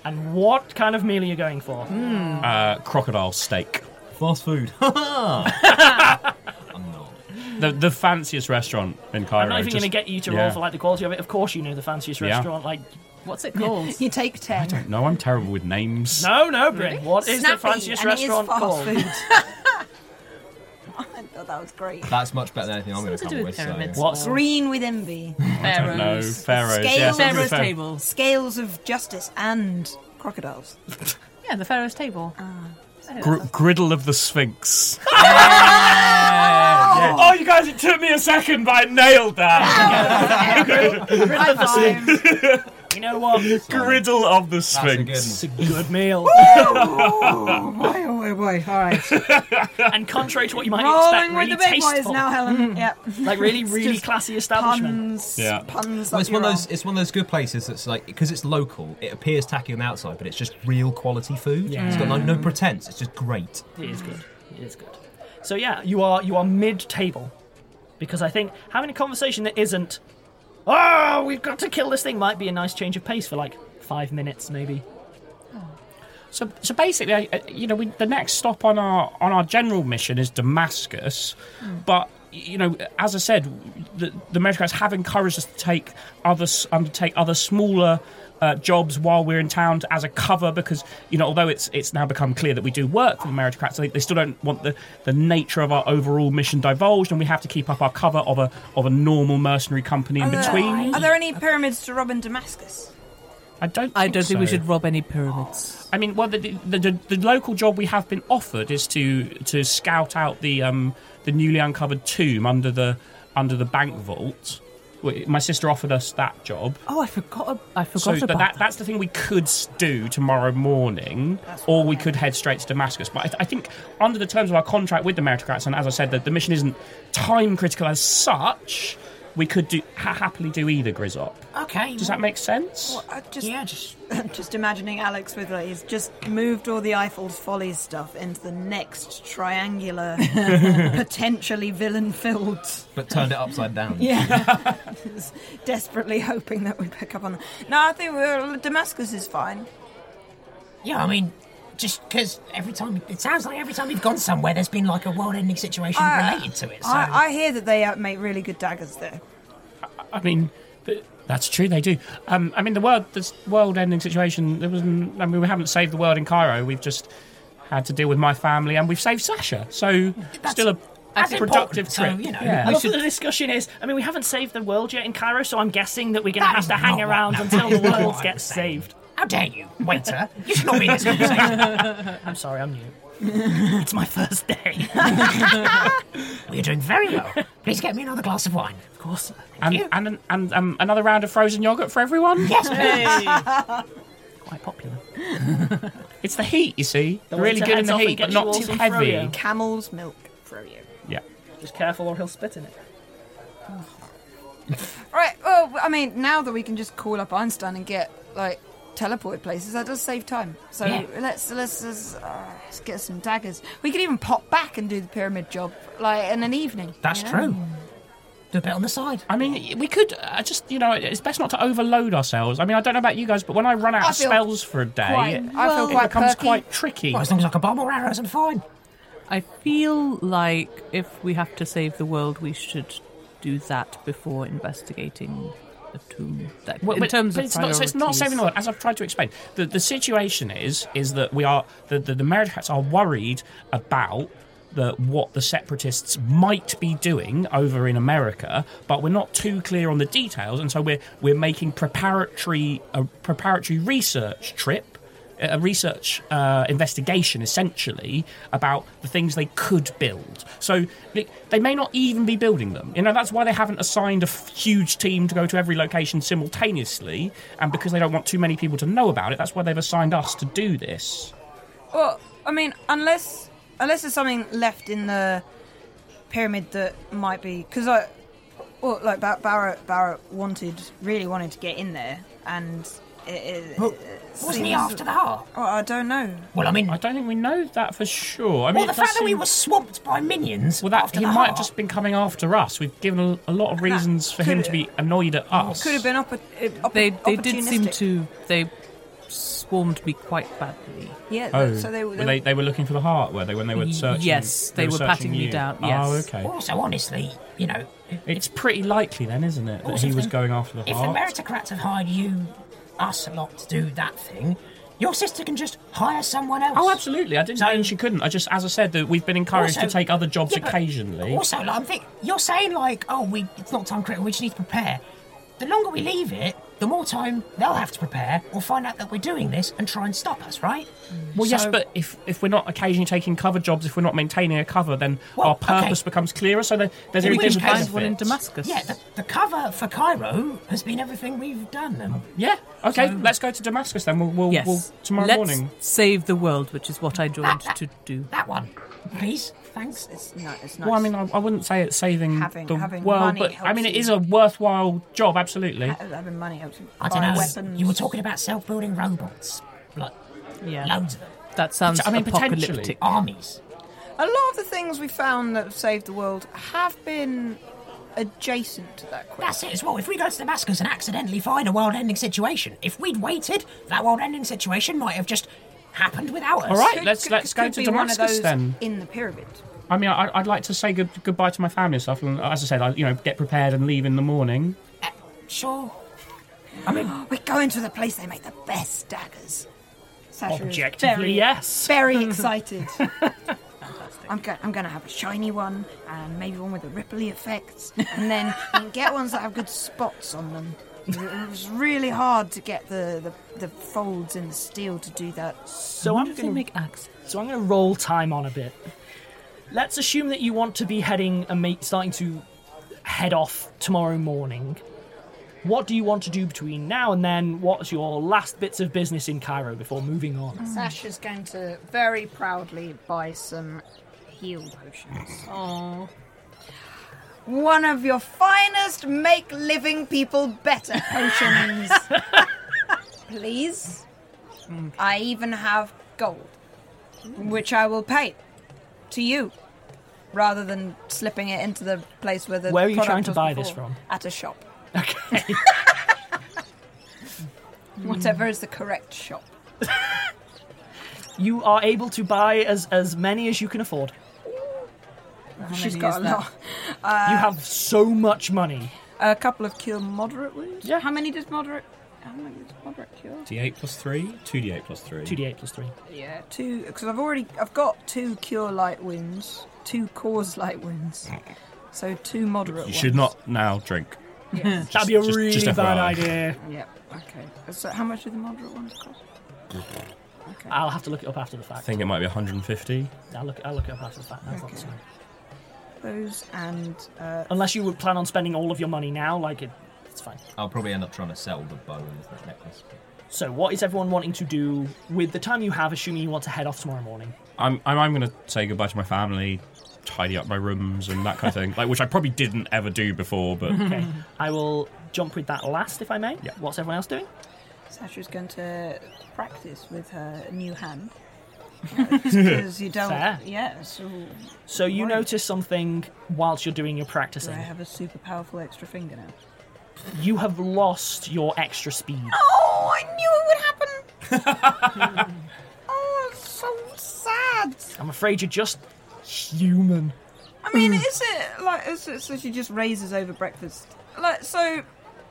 S10: And what kind of meal are you going for?
S5: Hmm.
S11: Uh, crocodile steak.
S4: Fast food. *laughs*
S11: Ah. The, the fanciest restaurant in Cairo.
S10: I'm not even going to get you to roll for like the quality of it. Of course, you know the fanciest
S11: Yeah.
S10: restaurant. Like, what's it called?
S5: *laughs*
S13: You
S10: *laughs*
S13: take ten.
S11: No, I'm terrible with names.
S10: no, no, Brit. What is
S13: Snappy,
S10: the fanciest
S13: and it is
S10: restaurant
S13: fast
S10: called?
S13: food.
S5: I thought that was great.
S4: That's much better than anything I'm going to
S13: Something to
S4: come
S13: do
S4: with.
S13: with pyramids.
S4: So.
S10: What's
S5: Green with envy.
S11: don't know. Pharaohs. Yeah,
S5: Scales.
S11: something with
S13: Pharaoh's
S11: pharaoh-
S13: table.
S5: Scales of justice and crocodiles. Ah.
S13: Yeah, the Pharaoh's table.
S11: Gr- griddle of the Sphinx. *laughs* Oh, you guys! It took me a second, but I nailed that.
S5: Oh, High
S11: *laughs*
S5: five.
S10: You know what? It's
S11: griddle of the
S4: That's a good
S11: Sphinx.
S4: one.
S10: a good meal.
S5: Oh, boy, oh, boy, boy. *laughs* All right.
S10: *laughs* and contrary to what you might expect,
S5: Rolling with
S10: really
S5: the big boys
S10: tasteful.
S5: now,
S10: *laughs*
S5: Helen. Yep.
S10: Like really, really
S5: just
S10: classy establishment.
S5: Puns.
S11: Yeah.
S5: Puns.
S4: Well,
S5: up
S4: it's one of
S5: your
S4: those. It's one of those good places that's like because it's local. It appears tacky on the outside, but it's just real quality food.
S10: Yeah.
S4: It's got like no pretense. It's just great.
S10: It is good. It is good. So yeah, you are you are mid table, because I think having a conversation that isn't, oh, we've got to kill this thing, might be a nice change of pace for like five minutes maybe.
S11: So, so basically, uh, you know, we, the next stop on our on our general mission is Damascus, but you know, as I said, the, the Americans have encouraged us to take other s- undertake other smaller. Uh, jobs while we're in town as a cover because you know although it's it's now become clear that we do work for the meritocrats they, they still don't want the the nature of our overall mission divulged and we have to keep up our cover of a of a normal mercenary company in
S5: Oh, Are there-
S11: between
S5: Are there any pyramids to rob in Damascus?
S11: I don't.
S8: I don't think we
S11: so.
S8: should rob any pyramids.
S11: I mean, well, the the, the the local job we have been offered is to to scout out the um the newly uncovered tomb under the under the bank vault. Wh- My sister offered us that job.
S8: Oh, I forgot. I forgot
S11: so
S8: about
S11: that, that, that's the thing we could s- do tomorrow morning, or we could head straight to Damascus. But I, th- I think under the terms of our contract with the meritocrats, and as I said, that the mission isn't time critical as such. We could do ha- happily do either, Grizzop.
S5: Okay.
S11: Does that make sense?
S5: Well, I just, yeah, *laughs* just. just imagining Alex with like, he's just moved all the Eiffel's Follies stuff into the
S6: *laughs*
S5: next triangular, potentially villain-filled.
S4: But turned it upside down.
S5: Yeah. *laughs* Desperately hoping that we pick up on. No, I think we're, Damascus is fine.
S6: Yeah, I mean, just because every time it sounds like every time we've gone somewhere, there's been like a world-ending situation
S5: I-
S6: related to it. So
S5: I, I hear that they uh, make really good daggers there.
S11: I mean, th- that's true. They do. Um, I mean, the world, this world-ending situation. There was. n- I mean, we haven't saved the world in Cairo. We've just had to deal with my family, and we've saved Sasha. So, still a
S6: that's
S11: productive
S6: important, so,
S11: trip.
S6: you know,
S11: Yeah.
S10: I love
S6: *laughs*
S10: that the discussion is. I mean, we haven't saved the world yet in Cairo, so I'm guessing that we're going to have to hang around
S6: *laughs*
S10: until the world gets saved.
S6: How dare you, waiter? You should not be in
S10: *laughs*
S6: this conversation.
S10: I'm sorry, I'm new. it's my first day.
S6: We're doing very well. Please get me another glass of wine. Of
S10: course.
S11: and and, and, um, another round of frozen yogurt for
S5: *laughs*
S11: everyone.
S6: Yes,
S10: Quite popular.
S11: it's the heat, you see.
S10: The
S11: really
S10: waiter
S11: good in
S10: heads
S11: the
S10: off and
S11: heat, but
S10: gets you
S11: not
S10: all
S11: too
S10: some
S11: heavy.
S10: froyo.
S5: Camel's milk for you.
S11: Yeah.
S10: Just careful, or he'll spit in it.
S5: Right. Well, I mean, now that we can just call up Einstein and get like teleported places, that does save time. So
S6: Yeah.
S5: let's let's let's, uh, let's get some daggers. We could even pop back and do the pyramid job like in an evening.
S6: That's
S5: you know?
S6: true. Do a bit on the side.
S11: I mean, we could uh, just, you know, it's best not to overload ourselves. I mean, I don't know about you guys, but when I run out
S5: I
S11: of
S5: feel
S11: spells for a day,
S5: quite- I
S11: it,
S5: feel quite
S11: it becomes
S5: perky.
S11: quite tricky.
S6: Well, as long as I can buy more arrows, I'm fine.
S8: I feel like if we have to save the world, we should do that before investigating a tomb. That,
S11: Well,
S8: in
S11: but-
S8: terms
S11: but
S8: of
S11: it's not, so it's not
S8: priorities.
S11: saving the world. As I've tried to explain, the, the situation is is that we are the, the, the meritocrats are worried about the, what the separatists might be doing over in America, but we're not too clear on the details, and so we're we're making preparatory a preparatory research trip. A research uh, investigation, essentially, about the things they could build. So they, they may not even be building them. You know, that's why they haven't assigned a f- huge team to go to every location simultaneously, and because they don't want too many people to know about it, that's why they've assigned us to do this.
S5: Well, I mean, unless unless there's something left in the pyramid that might be because I, well, like Bar- Barrett Barrett wanted really wanted to get in there and. It, it,
S6: Well, wasn't he
S5: seems-
S6: after the heart?
S5: Oh, I don't know.
S6: Well, I mean,
S11: I don't think we know that for sure. I
S6: well,
S11: mean,
S6: the
S11: it does
S6: fact that we
S11: seem-
S6: were swamped by minions.
S11: well, that
S6: after
S11: he
S6: the
S11: might
S6: heart.
S11: have just been coming after us. We've given a, a lot of reasons for him
S5: could-
S11: to be annoyed at us.
S5: Could have been oppor- uh, oppor-
S8: They they did seem
S5: opportunistic.
S8: to they swarmed me quite badly.
S5: Yeah,
S11: Oh,
S5: so they,
S11: were they, they were looking for the heart, were they? When they were
S8: Y-
S11: searching,
S8: yes, they were
S11: searching
S8: patting me
S11: you?
S8: down, yes.
S11: Oh, okay.
S6: Also, honestly, you know,
S11: it's pretty likely then, isn't it, that
S6: Also,
S11: he
S6: if
S11: was
S6: the-
S11: going after the
S6: if
S11: heart?
S6: the meritocrats have hired you, us a lot to do that thing, your sister can just hire someone else.
S11: Oh, absolutely. I didn't mean she couldn't. I just, as I said, that we've been encouraged
S6: Also-
S11: to take other jobs
S6: Yeah, but
S11: occasionally.
S6: Also, like, I'm thinking, you're saying like, oh, we it's not time critical. We just need to prepare. The longer we leave it, the more time they'll have to prepare or find out that we're doing this and try and stop us, right?
S14: Mm.
S11: Well, yes,
S6: So-
S11: but if, if we're not occasionally taking cover jobs, if we're not maintaining a cover, then
S6: Well,
S11: our purpose
S6: okay.
S11: becomes clearer. So there, there's
S6: In
S11: a
S6: which
S11: different
S6: case-
S11: benefit.
S6: Yeah, the, the cover for Cairo has been everything we've done. And
S11: Yeah. Okay. let's go to Damascus then. We'll, we'll,
S8: Yes,
S11: we'll tomorrow
S8: Let's
S11: morning.
S8: save the world, which is what I joined to do.
S6: that one, please. Thanks.
S5: It's, no, it's nice.
S11: Well, I mean, I, I wouldn't say it's saving
S5: Having-
S11: the
S5: having
S11: world,
S5: money
S11: but I
S5: helps
S11: mean, it
S5: you.
S11: is a worthwhile job, absolutely.
S5: Ha- having money helps you
S6: I don't
S5: buy
S6: know.
S5: weapons.
S6: You were talking about self-building robots, like
S8: Yeah.
S6: loads of them,
S8: That sounds
S11: I mean, potentially.
S8: apocalyptic.
S6: armies.
S5: A lot of the things we found that have saved the world have been adjacent to that
S6: That's
S5: question.
S6: it as well. If we go to Damascus and accidentally find a world-ending situation, if we'd waited, that world-ending situation might have just happened without us.
S11: All right, let's let's
S5: could
S11: go to
S5: be one of
S11: Damascus
S5: those
S11: then.
S5: in the pyramid.
S11: I mean, I, I'd like to say good, goodbye to my family and stuff, and as I said, I, you know, get prepared and leave in the morning.
S6: Sure. I mean,
S5: We're going to the place they make the best daggers. Sasha
S10: Objectively,
S5: is very,
S10: yes. *laughs*
S5: Very excited. I'm, go- I'm going to have a shiny one and maybe one with the ripply effects, and then you can get ones that have good spots on them. it was really hard to get the, the, the folds in the steel to do that.
S10: So I'm going to make access. So I'm going to roll time on a bit. Let's assume that you want to be heading and make, starting to head off tomorrow morning. What do you want to do between now and then? What's your last bits of business in Cairo before moving on?
S5: Mm.
S15: Sasha's going to very proudly buy some heal potions.
S5: Oh. One of your finest make living people better
S10: *laughs*
S5: potions. Please. I even have gold, which I will pay to you rather than slipping it into the place where the
S10: Where are you
S5: product
S10: trying to
S5: was
S10: buy
S5: before.
S10: this from?
S5: At a shop. Okay. *laughs* Whatever is the correct shop.
S10: You are able to buy as, as many as you can afford.
S5: She's got a lot.
S10: you
S5: Uh,
S10: have so much money.
S5: a couple of cure moderate wounds. Yeah. How many does moderate? How many does moderate cure?
S12: D8 plus 3? 2d8 plus 3.
S10: 2d8 plus 3.
S5: Yeah, two. Because I've already I've got two cure light wounds, two cause light wounds, so two moderate.
S12: You should
S5: ones.
S12: not now drink.
S5: Yeah.
S12: Just- That'd be a just- really just bad FYI.
S10: idea.
S5: Yep. Okay. So how much do the moderate ones cost?
S10: I'll have to look it up after the
S12: I
S10: fact.
S12: think it might be 150.
S10: I'll look, I'll look it up after the fact. That's not so.
S5: Those and uh,
S10: Unless you would plan on spending all of your money now, like it, it's fine.
S4: I'll probably end up trying to sell the bow and the necklace.
S10: So, what is everyone wanting to do with the time you have, assuming you want to head off tomorrow morning?
S12: I'm, I'm, I'm going to say goodbye to my family, tidy up my rooms and that kind of thing, like which I probably didn't ever do before,
S11: *laughs*
S12: but.
S10: okay, I will jump with that last, if I may. Yeah. What's everyone else doing?
S5: Sasha's going to practice with her new *laughs* hand. Because you don't.
S10: Fair.
S5: Yeah. So
S10: So you notice something whilst you're doing your
S5: do I
S10: practicing.
S5: have a super powerful extra finger now?
S10: You have lost your extra speed.
S5: Oh, I knew it would happen. oh, it's so sad.
S10: I'm afraid you're just human.
S5: I mean,
S10: Mm.
S5: is it like is it, so? She just raises over breakfast. Like so.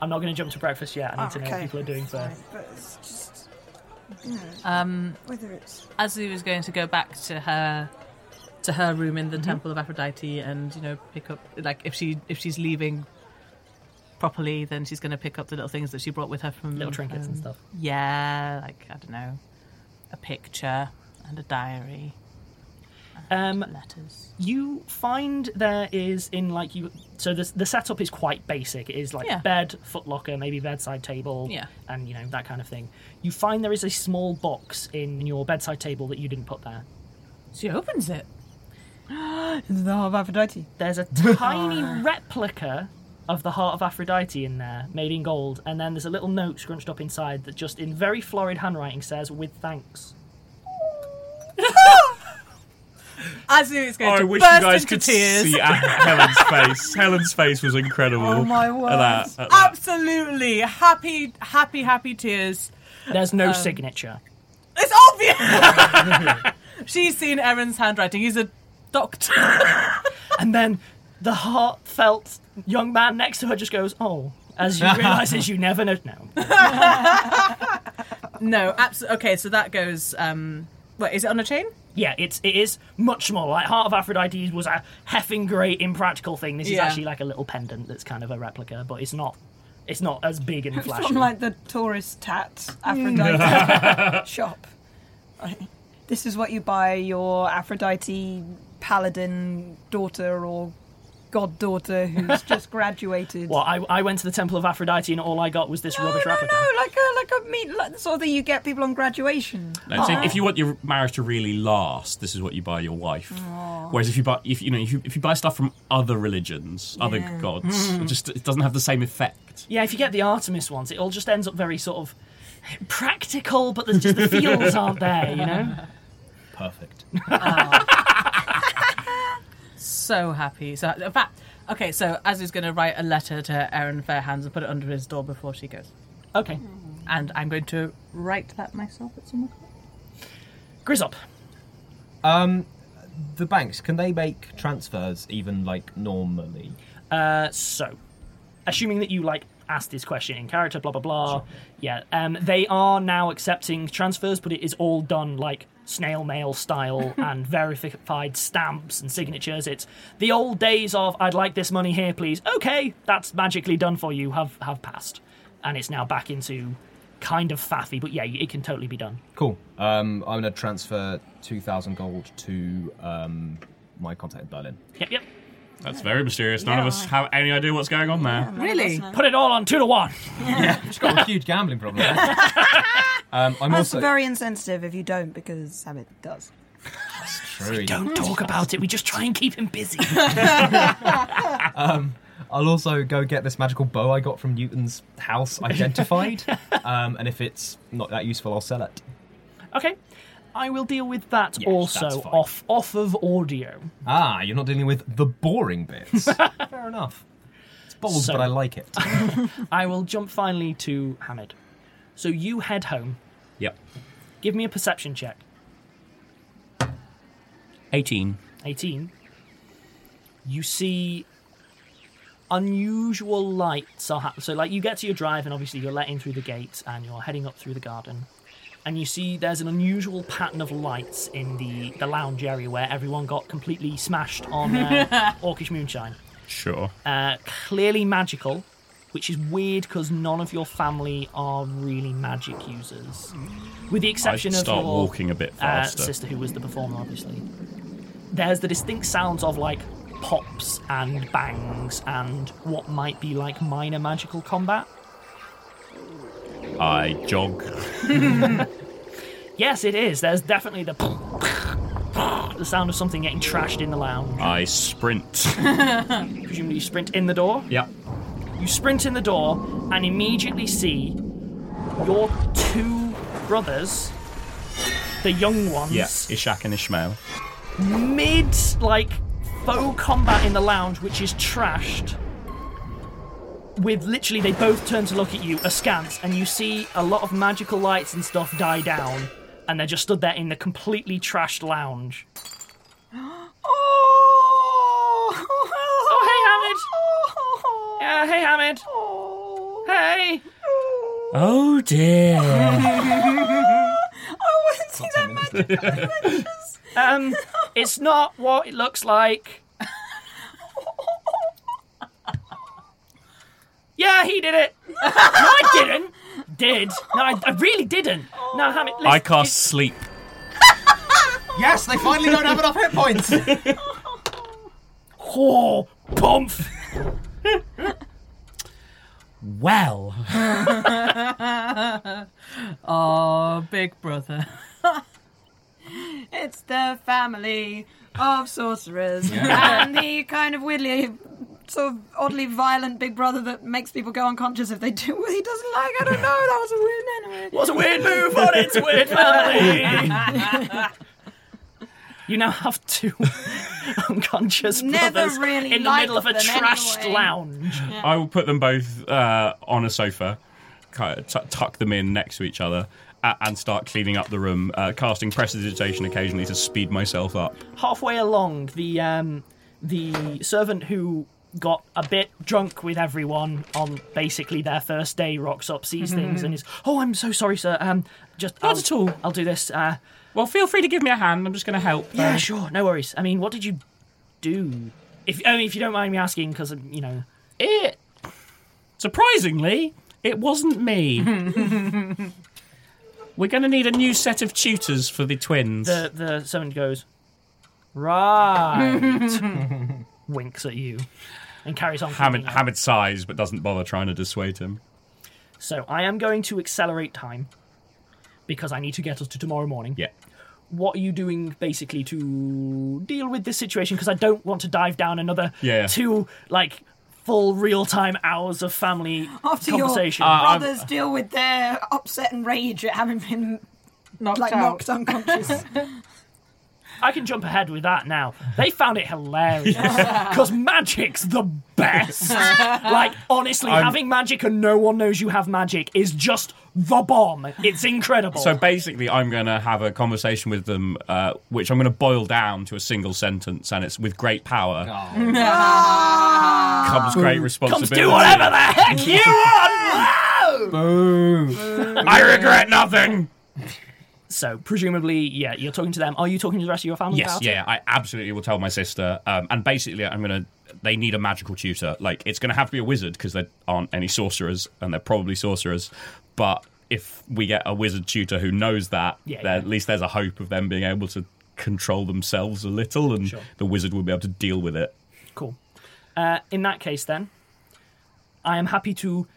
S10: I'm not going to jump to breakfast yet. I need
S5: Oh,
S10: to know what
S5: okay.
S10: people are doing
S5: Sorry,
S10: first.
S5: But it's just. you know,
S8: Um,
S5: whether it's
S8: Azu is going to go back to her to her room in the Temple of Aphrodite and you know pick up like if she if she's leaving properly then she's going to pick up the little things that she brought with her from um,
S10: Little trinkets and stuff.
S8: Yeah, like I don't know, a picture and a diary.
S10: Um, You find there is in like you. So the the setup is quite basic. It is like
S8: Yeah.
S10: bed, footlocker, maybe bedside table,
S8: Yeah.
S10: and you know that kind of thing. You find there is a small box in your bedside table that you didn't put there.
S8: She opens it.
S5: the heart of Aphrodite.
S10: There's a tiny replica of the heart of Aphrodite in there, made in gold, and then there's a little note scrunched up inside that just in very florid handwriting says, "With thanks."
S8: Azu is going
S12: I
S8: to
S12: wish
S8: burst
S12: you guys
S8: into
S12: could
S8: tears.
S12: see Anne- Helen's face. *laughs* Helen's face was incredible.
S8: Oh my
S12: at
S8: word.
S12: that- at that.
S8: Absolutely happy, happy, happy tears.
S10: There's no
S8: Um,
S10: signature.
S8: It's obvious. *laughs* She's seen Erin's handwriting. He's a doctor.
S10: And then *laughs* the heartfelt young man next to her just goes, "Oh,"
S8: *laughs*
S10: as you realizes you never know. No,
S8: no, absolutely. Okay, so that goes. Um, what is it on a chain?
S10: Yeah, it's it is much more like Heart of Aphrodite was a heffing great impractical thing. This is
S8: Yeah.
S10: actually like a little pendant that's kind of a replica, but it's not it's not as big and
S5: *laughs* It's
S10: flashy.
S5: not like the tourist tat
S12: Mm. *laughs*
S5: Aphrodite shop. This is what you buy your Aphrodite paladin daughter or goddaughter who's
S12: *laughs*
S5: just graduated.
S10: well, I, I went to the Temple of Aphrodite and all I got was this rubbish
S5: No,
S10: replica.
S5: no, like a like a meat like the sort that you get people on graduation.
S12: No, so if you want your marriage to really last, this is what you buy your wife. Whereas if you buy, if you know, if you, if you buy stuff from other religions, other
S10: Yeah.
S12: gods,
S10: Mm.
S12: it just it doesn't have the same effect.
S10: Yeah, if you get the Artemis ones, it all just ends up very sort of practical, but there's just the feels aren't there, you know.
S5: *laughs*
S4: Perfect.
S8: So happy. So in fact, okay. So Azu's going to write a letter to Erin Fairhands and put it under his door before she goes.
S10: Okay.
S8: And I'm going to write that myself at some
S10: *laughs*
S8: point.
S10: Grizzop.
S4: Um, the banks can they make transfers even like normally?
S10: Uh, so, assuming that you like asked this question in character, blah blah blah. Yeah, um, they are now accepting transfers, but it is all done like snail
S4: *laughs*
S10: mail style and verified stamps and signatures. It's the old days of "I'd like this money here, please." Okay, that's magically done for you. Have have passed. and it's now back into kind of faffy, but yeah, it can totally be done.
S4: Cool. Um, I'm going to transfer 2,000 gold to um, my contact in Berlin.
S10: Yep, yep.
S11: That's very
S10: *laughs*
S11: mysterious. None of us have any idea what's going on there.
S16: Really?
S10: Put it all on two to one. *laughs*
S11: *laughs*
S4: Yeah. She's got a huge gambling problem.
S12: *laughs*
S4: um, I'm
S5: That's
S4: also.
S5: very insensitive if you don't, because Samit does.
S4: True.
S10: Don't talk about it. We
S5: *laughs*
S10: just try and keep him busy.
S4: Um, I'll also go get this magical bow I got from Newton's house
S10: *laughs*
S4: identified. um, and if it's not that useful, I'll sell it.
S10: Okay. I will deal with that
S4: Yes, that's
S10: also
S4: fine.
S10: off off of audio.
S4: Ah, you're not dealing with the boring bits. Fair enough. It's bold,
S10: So-
S4: but I like it.
S10: *laughs* I will jump finally to Hamid. So you head home.
S11: Yep.
S10: Give me a perception check.
S11: 18.
S10: 18. You see unusual lights are happening. So, like, you get to your drive, and obviously you're let in through the gate, and you're heading up through the garden. And you see there's an unusual pattern of lights in the, the lounge area where everyone got completely smashed on uh, Orcish Moonshine.
S11: Sure.
S10: Uh, clearly magical, which is weird because none of your family are really magic users, with the
S11: I
S10: exception of
S11: should start
S10: your
S11: walking a bit
S10: uh,
S11: faster.
S10: sister, who was the performer, obviously. There's the distinct sounds of like pops and bangs and what might be like minor magical combat.
S11: I
S10: *laughs*
S11: jog.
S10: Yes, it is. There's definitely the *laughs* the sound of something getting trashed in
S11: *laughs*
S10: the lounge.
S11: I sprint.
S10: *laughs* Presumably, you sprint in the door.
S11: Yep.
S10: You sprint in the door and immediately see your two brothers, the young ones,
S11: Yeah, Ishak and Ishmael.
S10: mid like faux combat in the lounge, which is trashed. With literally, they both turn to look at you askance, and you see a lot of magical lights and stuff die down, and they're just stood there in the completely trashed lounge.
S16: Oh,
S10: hey, Hamid. Yeah, hey, Hamid. Hey.
S17: Oh dear.
S16: I want to see that
S10: Um, it's not what it looks like. yeah, he did it. No, I didn't. Did. No, I, I really didn't. No, Hamid.
S11: *laughs* I cast sleep.
S4: yes, they finally don't have enough hit points. *laughs*
S10: Oh, pump.
S17: well.
S8: oh, big brother.
S5: *laughs* It's the family of sorcerers
S8: Yeah.
S5: and the kind of weirdly, sort of oddly violent big brother that makes people go unconscious if they do what he doesn't like.
S4: *laughs*
S5: I don't know. That was a weird anime.
S10: What's a weird move on its weird family? you now have two *laughs* unconscious
S5: Never
S10: brothers
S5: really
S10: in the
S5: liked
S10: middle of a
S5: them
S10: trashed
S5: anyway.
S10: lounge.
S11: I will put them both uh, on a sofa, kind of tu- tuck them in next to each other, a- and start cleaning up the room, uh, casting prestidigitation occasionally to speed myself up.
S10: halfway along, the um, the servant who got a bit drunk with everyone on basically their first day rocks
S17: *laughs*
S10: up, sees things, and is, "Oh, I'm so sorry, sir. Um, just not I'll, at all. I'll do this. Uh,
S17: well, feel free to give me a hand. I'm just going to help. uh,
S10: Yeah,
S17: though.
S10: sure. No worries. I mean, what did you do? If I mean, if you don't mind me asking, because you know, *laughs*
S17: It. *laughs* Surprisingly, it wasn't me.
S11: *laughs*
S17: We're going to need a new set of tutors for the twins.
S10: the the servant goes,
S17: *laughs*
S10: right, winks at you, and carries on.
S11: Hamid,
S10: cleaning up.
S11: Hamid sighs but doesn't bother trying to dissuade him.
S10: So I am going to accelerate time because I need to get us to tomorrow morning.
S11: Yeah.
S10: What are you doing basically to deal with this situation? Because I don't want to dive down another
S11: Yeah.
S10: two like full real time hours of family
S5: After
S10: conversation.
S11: Uh,
S5: your brothers deal with their upset and rage at having been
S16: Knocked
S5: like
S16: out.
S8: *laughs*
S5: knocked unconscious.
S10: I can jump ahead with that now. They found it
S5: *laughs*
S10: hilarious because magic's the best. like, honestly,
S11: I'm-
S10: having magic and no one knows you have magic is just the bomb. It's incredible.
S11: So basically, I'm going to have a conversation with them, uh, which I'm going to boil down to a single sentence, and it's with great power
S10: Ah.
S11: comes great responsibility.
S10: do whatever the heck you want.
S11: I regret nothing.
S10: So presumably, yeah, you're talking to them. Are you talking to the rest of your family?
S11: Yes,
S10: about it?
S11: yeah, I absolutely will tell my sister. Um, and basically, I'm going to they need a magical tutor. Like it's going to have to be a wizard because there aren't any sorcerers, and they're probably sorcerers. But if we get a wizard tutor who knows that,
S10: Yeah,
S11: then
S10: yeah.
S11: at least there's a hope of them being able to control themselves a little, and
S10: Sure.
S11: the wizard will be able to deal with it.
S10: Cool. Uh, in that case, then, I am happy to.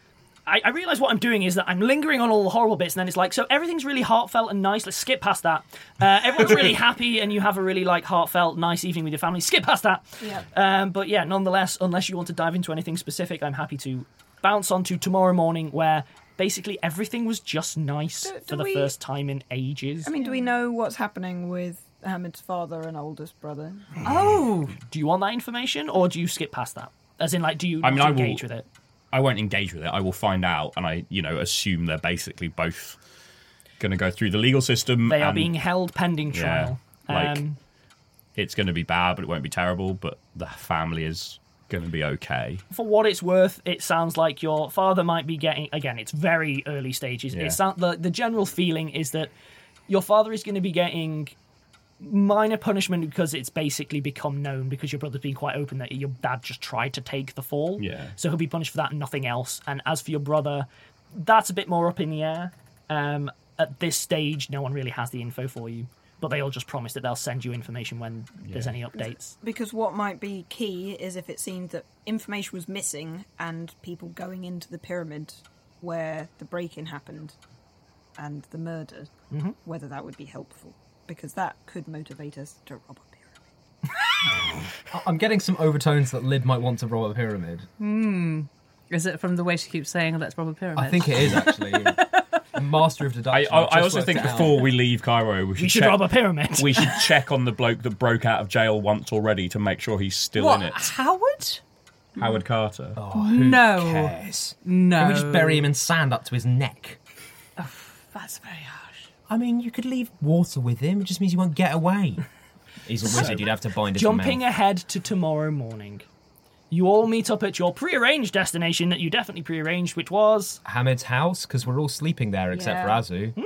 S10: I, I realize what I'm doing is that I'm lingering on all the horrible bits, and then it's like, so everything's really heartfelt and nice. Let's skip past that. Uh,
S11: *laughs*
S10: everyone's really happy, and you have a really like heartfelt, nice evening with your family. Skip past that.
S18: Yeah.
S10: Um, but yeah, nonetheless, unless you want to dive into anything specific, I'm happy to bounce on to tomorrow morning, where basically everything was just nice for the
S5: we-
S10: first time in ages.
S5: I mean, do we know what's happening with Hamid's father and oldest brother?
S10: Oh, do you want that information, or do you skip past that? As in, like, do you
S11: I mean,
S10: not
S11: I will-
S10: engage with it?
S11: I won't engage with it. I will find out, and I, you know, assume they're basically both going to go through the legal system.
S10: They are
S11: and-
S10: being held pending trial.
S11: Yeah, like
S10: um,
S11: it's going to be bad, but it won't be terrible. But the family is going to be okay.
S10: for what it's worth, it sounds like your father might be getting. Again, it's very early stages.
S11: Yeah.
S10: It sound, the the general feeling is that your father is going to be getting minor punishment because it's basically become known because your brother's been quite open that your dad just tried to take the fall.
S11: Yeah.
S10: So he'll be punished for that and nothing else. And as for your brother, that's a bit more up in the air. Um, at this stage, no one really has the info for you. But they all just promise that they'll send you information when there's any updates.
S5: Because what might be key is if it seemed that information was missing and people going into the pyramid where the break in happened and the murder,
S10: Mhm.
S5: whether that would be helpful. Because that could motivate us to rob a pyramid.
S4: I- I'm getting some overtones that Lid might want to roll a pyramid.
S8: Hmm. Is it from the way she keeps saying let's rob a pyramid?
S4: I think it
S8: *laughs*
S4: is actually. Master of
S11: I,
S4: deduction.
S11: I,
S4: I've
S11: I
S4: just
S11: also
S4: worked
S11: think
S4: it out.
S11: before we leave Cairo, we should,
S10: should
S11: check-
S10: rob a pyramid.
S11: we
S10: *laughs*
S11: should check on the bloke that broke out of jail once already to make sure he's still
S8: what?
S11: in it.
S8: Howard?
S11: Howard Carter.
S10: Oh.
S8: no. No.
S4: Oh, Can we just bury him in sand up to his neck?
S8: That's very harsh.
S4: I mean, you could leave water with him. It just means he won't get away. He's a wizard.
S10: So,
S4: You'd have to bind his
S10: Jumping
S4: mouth.
S10: ahead to tomorrow morning, you all meet up at your prearranged destination that you definitely prearranged, which was
S4: Hamid's house, because we're all sleeping there except
S10: Yeah. Hmm.
S4: for Azu.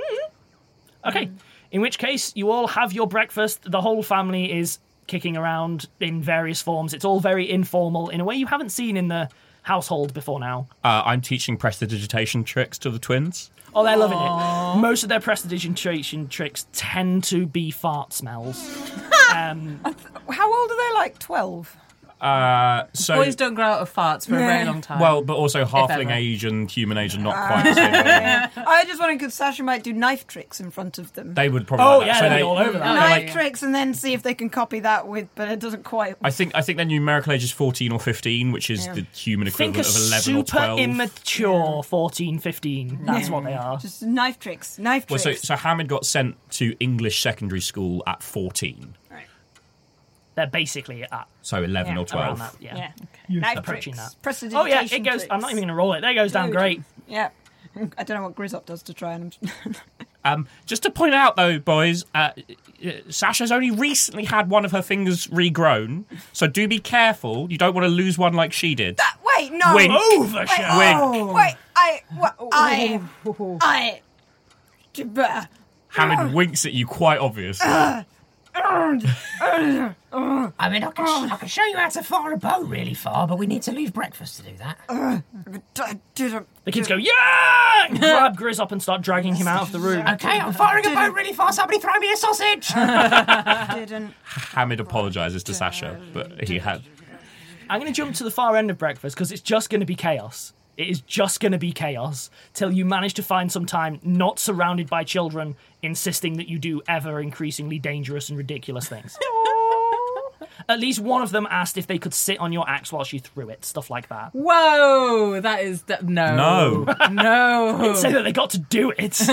S10: okay. In which case, you all have your breakfast. The whole family is kicking around in various forms. It's all very informal in a way you haven't seen in the household before now.
S11: Uh, I'm teaching prestidigitation tricks to the twins.
S10: Oh, they're loving it. Most of their prestidigitation tricks tend to be
S5: *laughs*
S10: fart smells. um,
S5: How old are they? Like 12?
S11: Uh, so
S8: Boys don't grow out of farts for a very long time.
S11: Well, but also
S8: If
S11: halfling
S8: ever.
S11: age and human age are not
S10: Ah.
S11: quite the same.
S5: Yeah. I just wondered because Sasha might do knife tricks in front of them.
S11: They would probably.
S10: Oh,
S11: like that.
S10: yeah,
S11: so
S10: they'd be
S11: they,
S10: all over that.
S11: they're
S5: knife
S11: like-
S5: tricks and then see if they can copy that with, but it doesn't quite.
S11: I think I think their numerical age is fourteen or fifteen, which is
S5: Yeah.
S11: the human
S10: think
S11: equivalent
S10: a
S11: of eleven or
S10: super
S11: twelve.
S10: immature 14, 15. That's
S5: Yeah.
S10: what they are.
S5: Just knife tricks, knife
S11: well, so
S5: tricks.
S11: so Hamid got sent to English secondary school at fourteen,
S10: They're basically at
S11: so eleven or
S10: around
S11: twelve.
S10: that, yeah.
S5: Yeah. Knife
S10: approaching
S5: tricks.
S10: that. Oh yeah, it
S5: Prestidigitation
S10: goes. I'm not
S5: tricks.
S10: even going to roll it. There goes down.
S5: Good.
S10: Great.
S5: Yeah. I don't know what Grizzop does to try and. *laughs*
S11: Um, just to point out, though, boys, uh, uh, Sasha's only recently had one of her fingers regrown, so do be careful. You don't want to lose one like she did.
S5: Wait, no.
S11: Wink.
S5: Over,
S11: Wink.
S5: Wait, wait, I. What,
S10: Oh.
S5: I. I.
S11: Hammond winks at you quite obvious.
S5: Uh,
S1: I mean, I can, sh- I can show you how to fire a bow really far, but we need to leave breakfast to do that.
S10: The kids go yeah, and grab Grizz up and start dragging him out of the room.
S1: Okay, I'm firing a bow really far. Somebody throw me a sausage.
S5: *laughs*
S1: *laughs*
S5: Didn't.
S11: Hamid apologises to Sasha, but he had.
S10: I'm going to jump to the far end of breakfast because it's just going to be chaos. It is just going to be chaos till you manage to find some time not surrounded by children insisting that you do ever increasingly dangerous and
S4: *laughs*
S10: ridiculous things. At least one of them asked if they could sit on your axe while she threw it, stuff like that.
S8: Whoa, that is de- no,
S10: No.
S8: *laughs* no.
S10: *laughs* Didn't say that they got to do
S8: *laughs*
S10: it. so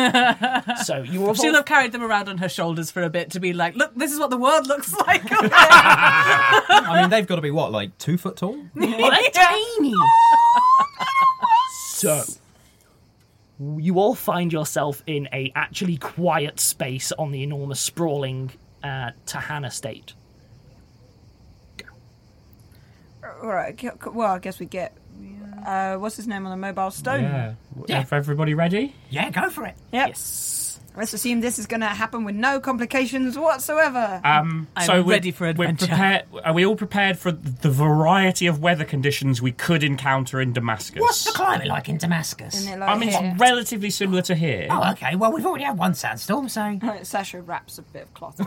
S10: you were
S8: She'll have carried them around on her shoulders for a bit to be like, look, this is what the world looks *laughs* like.
S4: I mean, they've got to be what, like two foot tall?
S10: Well, they're tiny. so you all find yourself in a actually quiet space on the enormous sprawling uh, Tahana estate.
S5: All right. c- c- Well, I guess we get.
S19: Oh.
S5: Uh, what's his name on the mobile stone?
S11: everybody ready?
S1: Yeah, go for it.
S5: Yep.
S10: Yes.
S5: Let's assume this is going to happen with no complications whatsoever.
S11: Um, so we're, we're prepared, are we all prepared for the variety of weather conditions we could encounter in Damascus?
S19: What's the climate like in Damascus?
S5: Isn't it
S11: I mean,
S19: here?
S11: it's relatively similar to here.
S19: Oh, okay. Well, we've already had one sandstorm, so.
S5: *laughs* Sasha wraps a bit of cloth.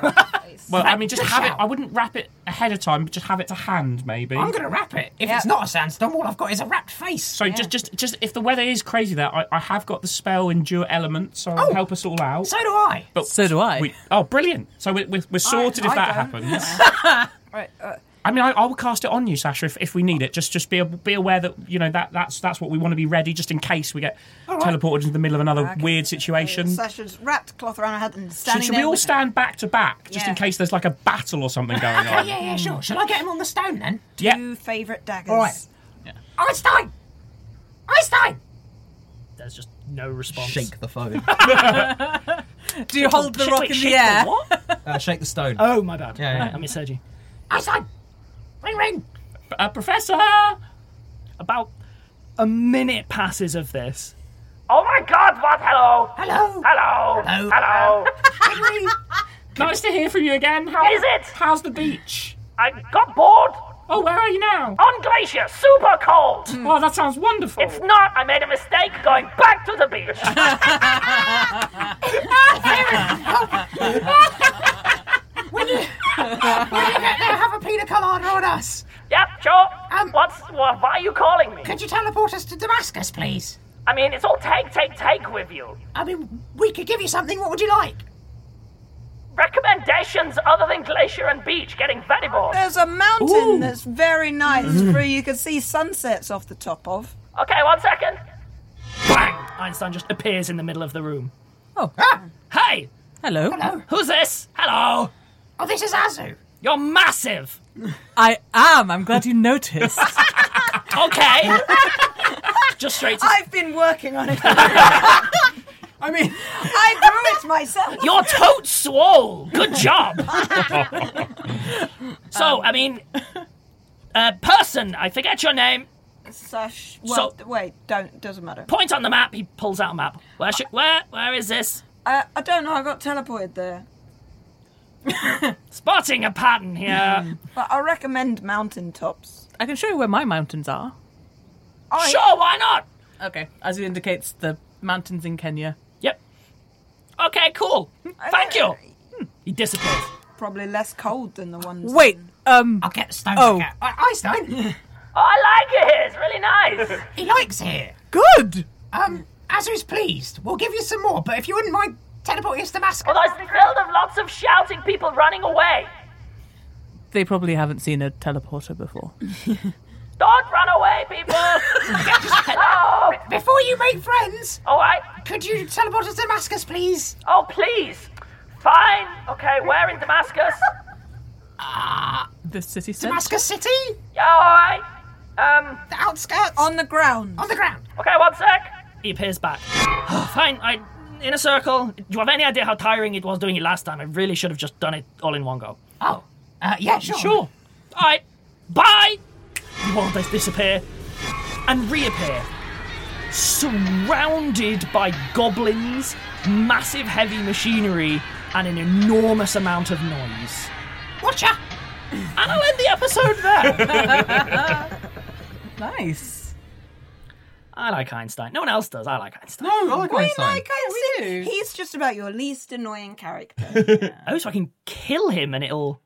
S11: Well, I mean, just have it. I wouldn't wrap it ahead of time, but just have it to hand, maybe.
S19: I'm gonna wrap it. If it's not a sandstorm, all I've got is a wrapped face.
S11: So just, just, just if the weather is crazy, there, I, I have got the spell endure element, so it'll help us all out.
S19: Oh, So do I.
S11: But so do I. oh, brilliant! So we're, we're, we're sorted if
S5: I
S11: that
S5: don't.
S11: happens.
S5: right, uh,
S11: I mean, I, I will cast it on you, Sasha, if, if we need it. Just just be be aware that you know that that's that's what we want to be ready, just in case we get
S5: All right.
S11: teleported into the middle of another weird situation.
S5: Sasha's wrapped cloth around her head and
S11: Should,
S5: standing
S11: should we
S5: there
S11: all
S5: with-
S11: stand back to back, just in
S5: Yeah.
S11: case there's like a battle
S19: *laughs*
S11: or something going
S19: Okay,
S11: on?
S19: yeah, yeah, sure. Shall I get him on the stone then?
S11: Yeah.
S5: Two favourite daggers.
S19: All right. Einstein! Einstein!
S10: There's just no response.
S4: Shake the
S10: *laughs*
S4: phone.
S8: Do *laughs* you hold the
S10: Shake-
S8: rock
S10: wait,
S8: in
S10: shake
S8: the air?
S10: what?
S4: Uh, shake the stone.
S10: Oh, my bad.
S4: Yeah, yeah,
S10: Right,
S4: yeah.
S10: I misheard you.
S19: Einstein! Ring, ring! Oh
S10: Uh, professor! About a minute passes of this.
S19: Oh my god, what? Hello! Hello! Hello! Hello! Hello!
S11: *laughs* Nice to hear from you again. How
S19: Is it?
S11: How's the beach?
S19: I got bored!
S11: Oh, where are you now?
S19: On Glacier! Super cold!
S11: *laughs* Oh, that sounds wonderful.
S19: not! I made a mistake going back to the beach!
S11: *laughs*
S19: *laughs* when
S11: *laughs*
S19: you, when you get there, have a pina colada on us!
S20: Yep, sure. What's wha why are you calling me?
S19: Um, Could you teleport us to Damascus, please?
S20: I mean, it's all take, take, take with you.
S19: I mean, we could give you something. What would you like?
S20: Recommendations other than glacier and beach. Getting very bored.
S5: There's a mountain that's very nice
S19: Mm.
S5: where you can see sunsets off the top of.
S20: Okay, one second.
S10: Einstein just appears in the middle of the room.
S8: Oh.
S5: Ah!
S10: Hey!
S8: Hello.
S19: Hello.
S10: Who's this? Hello!
S19: Oh, this is Azu.
S10: You're massive!
S8: I am. I'm glad you
S10: *laughs*
S8: noticed.
S19: *laughs*
S10: Okay! just straight to.
S5: I've been working on it. I mean, *laughs* I grew it myself.
S10: Your tote
S19: *laughs*
S10: swole! Good job! so, I
S19: *laughs*
S10: mean, uh, person, I forget your name,
S5: Sash. Well, d- wait, don't. Doesn't matter.
S10: point on the map, he pulls out a map. Where should, where, where is this?
S5: Uh, I don't know. I got teleported there. *laughs*
S10: Spotting a pattern here.
S5: But I recommend mountain tops.
S8: I can show you where my mountains are.
S5: I-
S10: Sure, why not?
S8: Okay. As it indicates, the mountains in Kenya.
S10: Yep. Okay, cool. Thank you. He disappears.
S5: Probably less cold than the ones.
S8: Wait. Um.
S19: I'll get the stone.
S8: Oh.
S19: back out. I-
S5: *laughs*
S19: Einstein.
S20: Oh, I like it here. It's really nice.
S19: *laughs* he likes it. here.
S8: Good.
S19: Um, Azu's pleased. We'll give you some more, but if you wouldn't mind teleporting us to Damascus.
S10: Oh,
S20: Although it's filled with lots of shouting, people running away.
S8: They probably haven't seen a teleporter
S10: *laughs*
S8: before.
S20: Don't run away, people. Hello.
S19: Before you make friends,
S20: All right.
S19: could you teleport us to Damascus, please?
S20: Oh, please. Fine. Okay, where in Damascus?
S8: The city centre.
S19: Damascus City?
S20: Yeah, all right. Um.
S19: The outskirts?
S5: On the ground.
S19: On the ground.
S20: Okay, one sec.
S10: He appears back. *sighs* Fine, I in a circle. Do you have any idea how tiring it was doing it last time? I really should have just done it all in one go.
S19: Oh. Uh, yeah, sure.
S10: Sure. All *laughs* right. Bye. The walrus disappear and reappear, surrounded by goblins, massive heavy machinery, and an enormous amount of noise. *laughs*
S19: Watcha.
S10: And I'll end the episode
S19: *laughs*
S10: there.
S4: *laughs*
S8: Nice.
S10: I like Einstein. No one else does. I like Einstein.
S4: No, I like
S5: We
S4: Einstein. *laughs*
S5: like Einstein. He's just about your least annoying character.
S10: Oh, so I can kill him and it'll.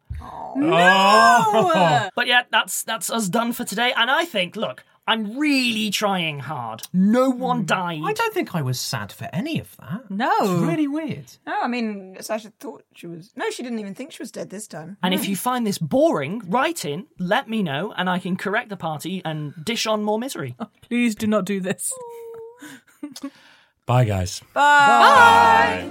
S11: No!
S10: But yeah, *laughs* that's that's us done for today. And I think, look, I'm really trying hard. No one died.
S4: Mm. I don't think I was sad for any of that.
S8: No.
S4: It's really weird.
S5: No, Oh, I mean, Sasha thought she was. No, she didn't even think she was dead this time.
S10: And if you find this boring, write in, let me know, and I can correct the party and dish on
S4: *laughs*
S10: more misery.
S8: Please do not do this.
S11: Bye, guys.
S5: Bye.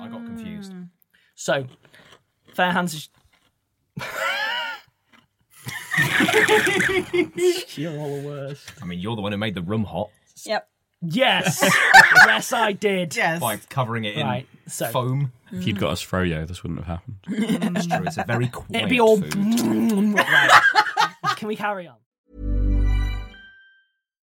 S4: I got confused.
S21: Hmm.
S10: So, Fair Hands is. *laughs* You're all worse.
S4: I mean, you're the one who made the room hot
S21: Yep. *laughs*
S10: Yes. yes, I did.
S21: Yes.
S4: by covering it in
S10: Right, so-
S4: foam.
S11: If you'd got us froyo, this wouldn't have happened.
S4: That's true. It's a very quiet
S10: It'd be all.
S4: food.
S10: Right. *laughs* Can we carry on?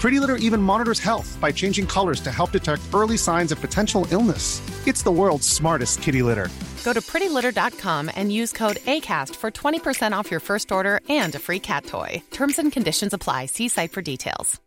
S3: Pretty Litter even monitors health by changing colors to help detect early signs of potential illness. It's the world's smartest kitty litter.
S14: Go to prettylitter.com and use code ACAST for 20% off your first order and a free cat toy. Terms and conditions apply. See site for details.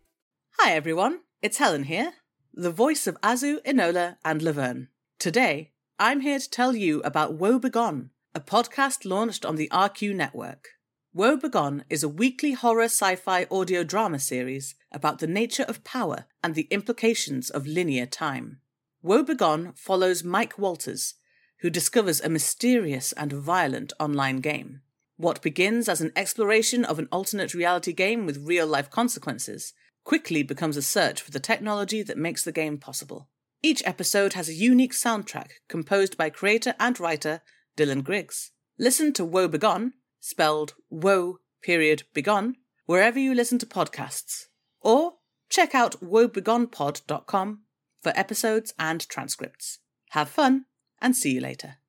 S7: Hi everyone, it's Helen here, the voice of Azu, Enola, and Laverne. Today, I'm here to tell you about Woe Begone, a podcast launched on the RQ network. Woe Begone is a weekly horror sci fi audio drama series about the nature of power and the implications of linear time. Woe Begone follows Mike Walters, who discovers a mysterious and violent online game. What begins as an exploration of an alternate reality game with real life consequences quickly becomes a search for the technology that makes the game possible. Each episode has a unique soundtrack composed by creator and writer Dylan Griggs. Listen to Woe Begone, spelled Woe period Begone, wherever you listen to podcasts, or check out woebegonepod.com for episodes and transcripts. Have fun and see you later.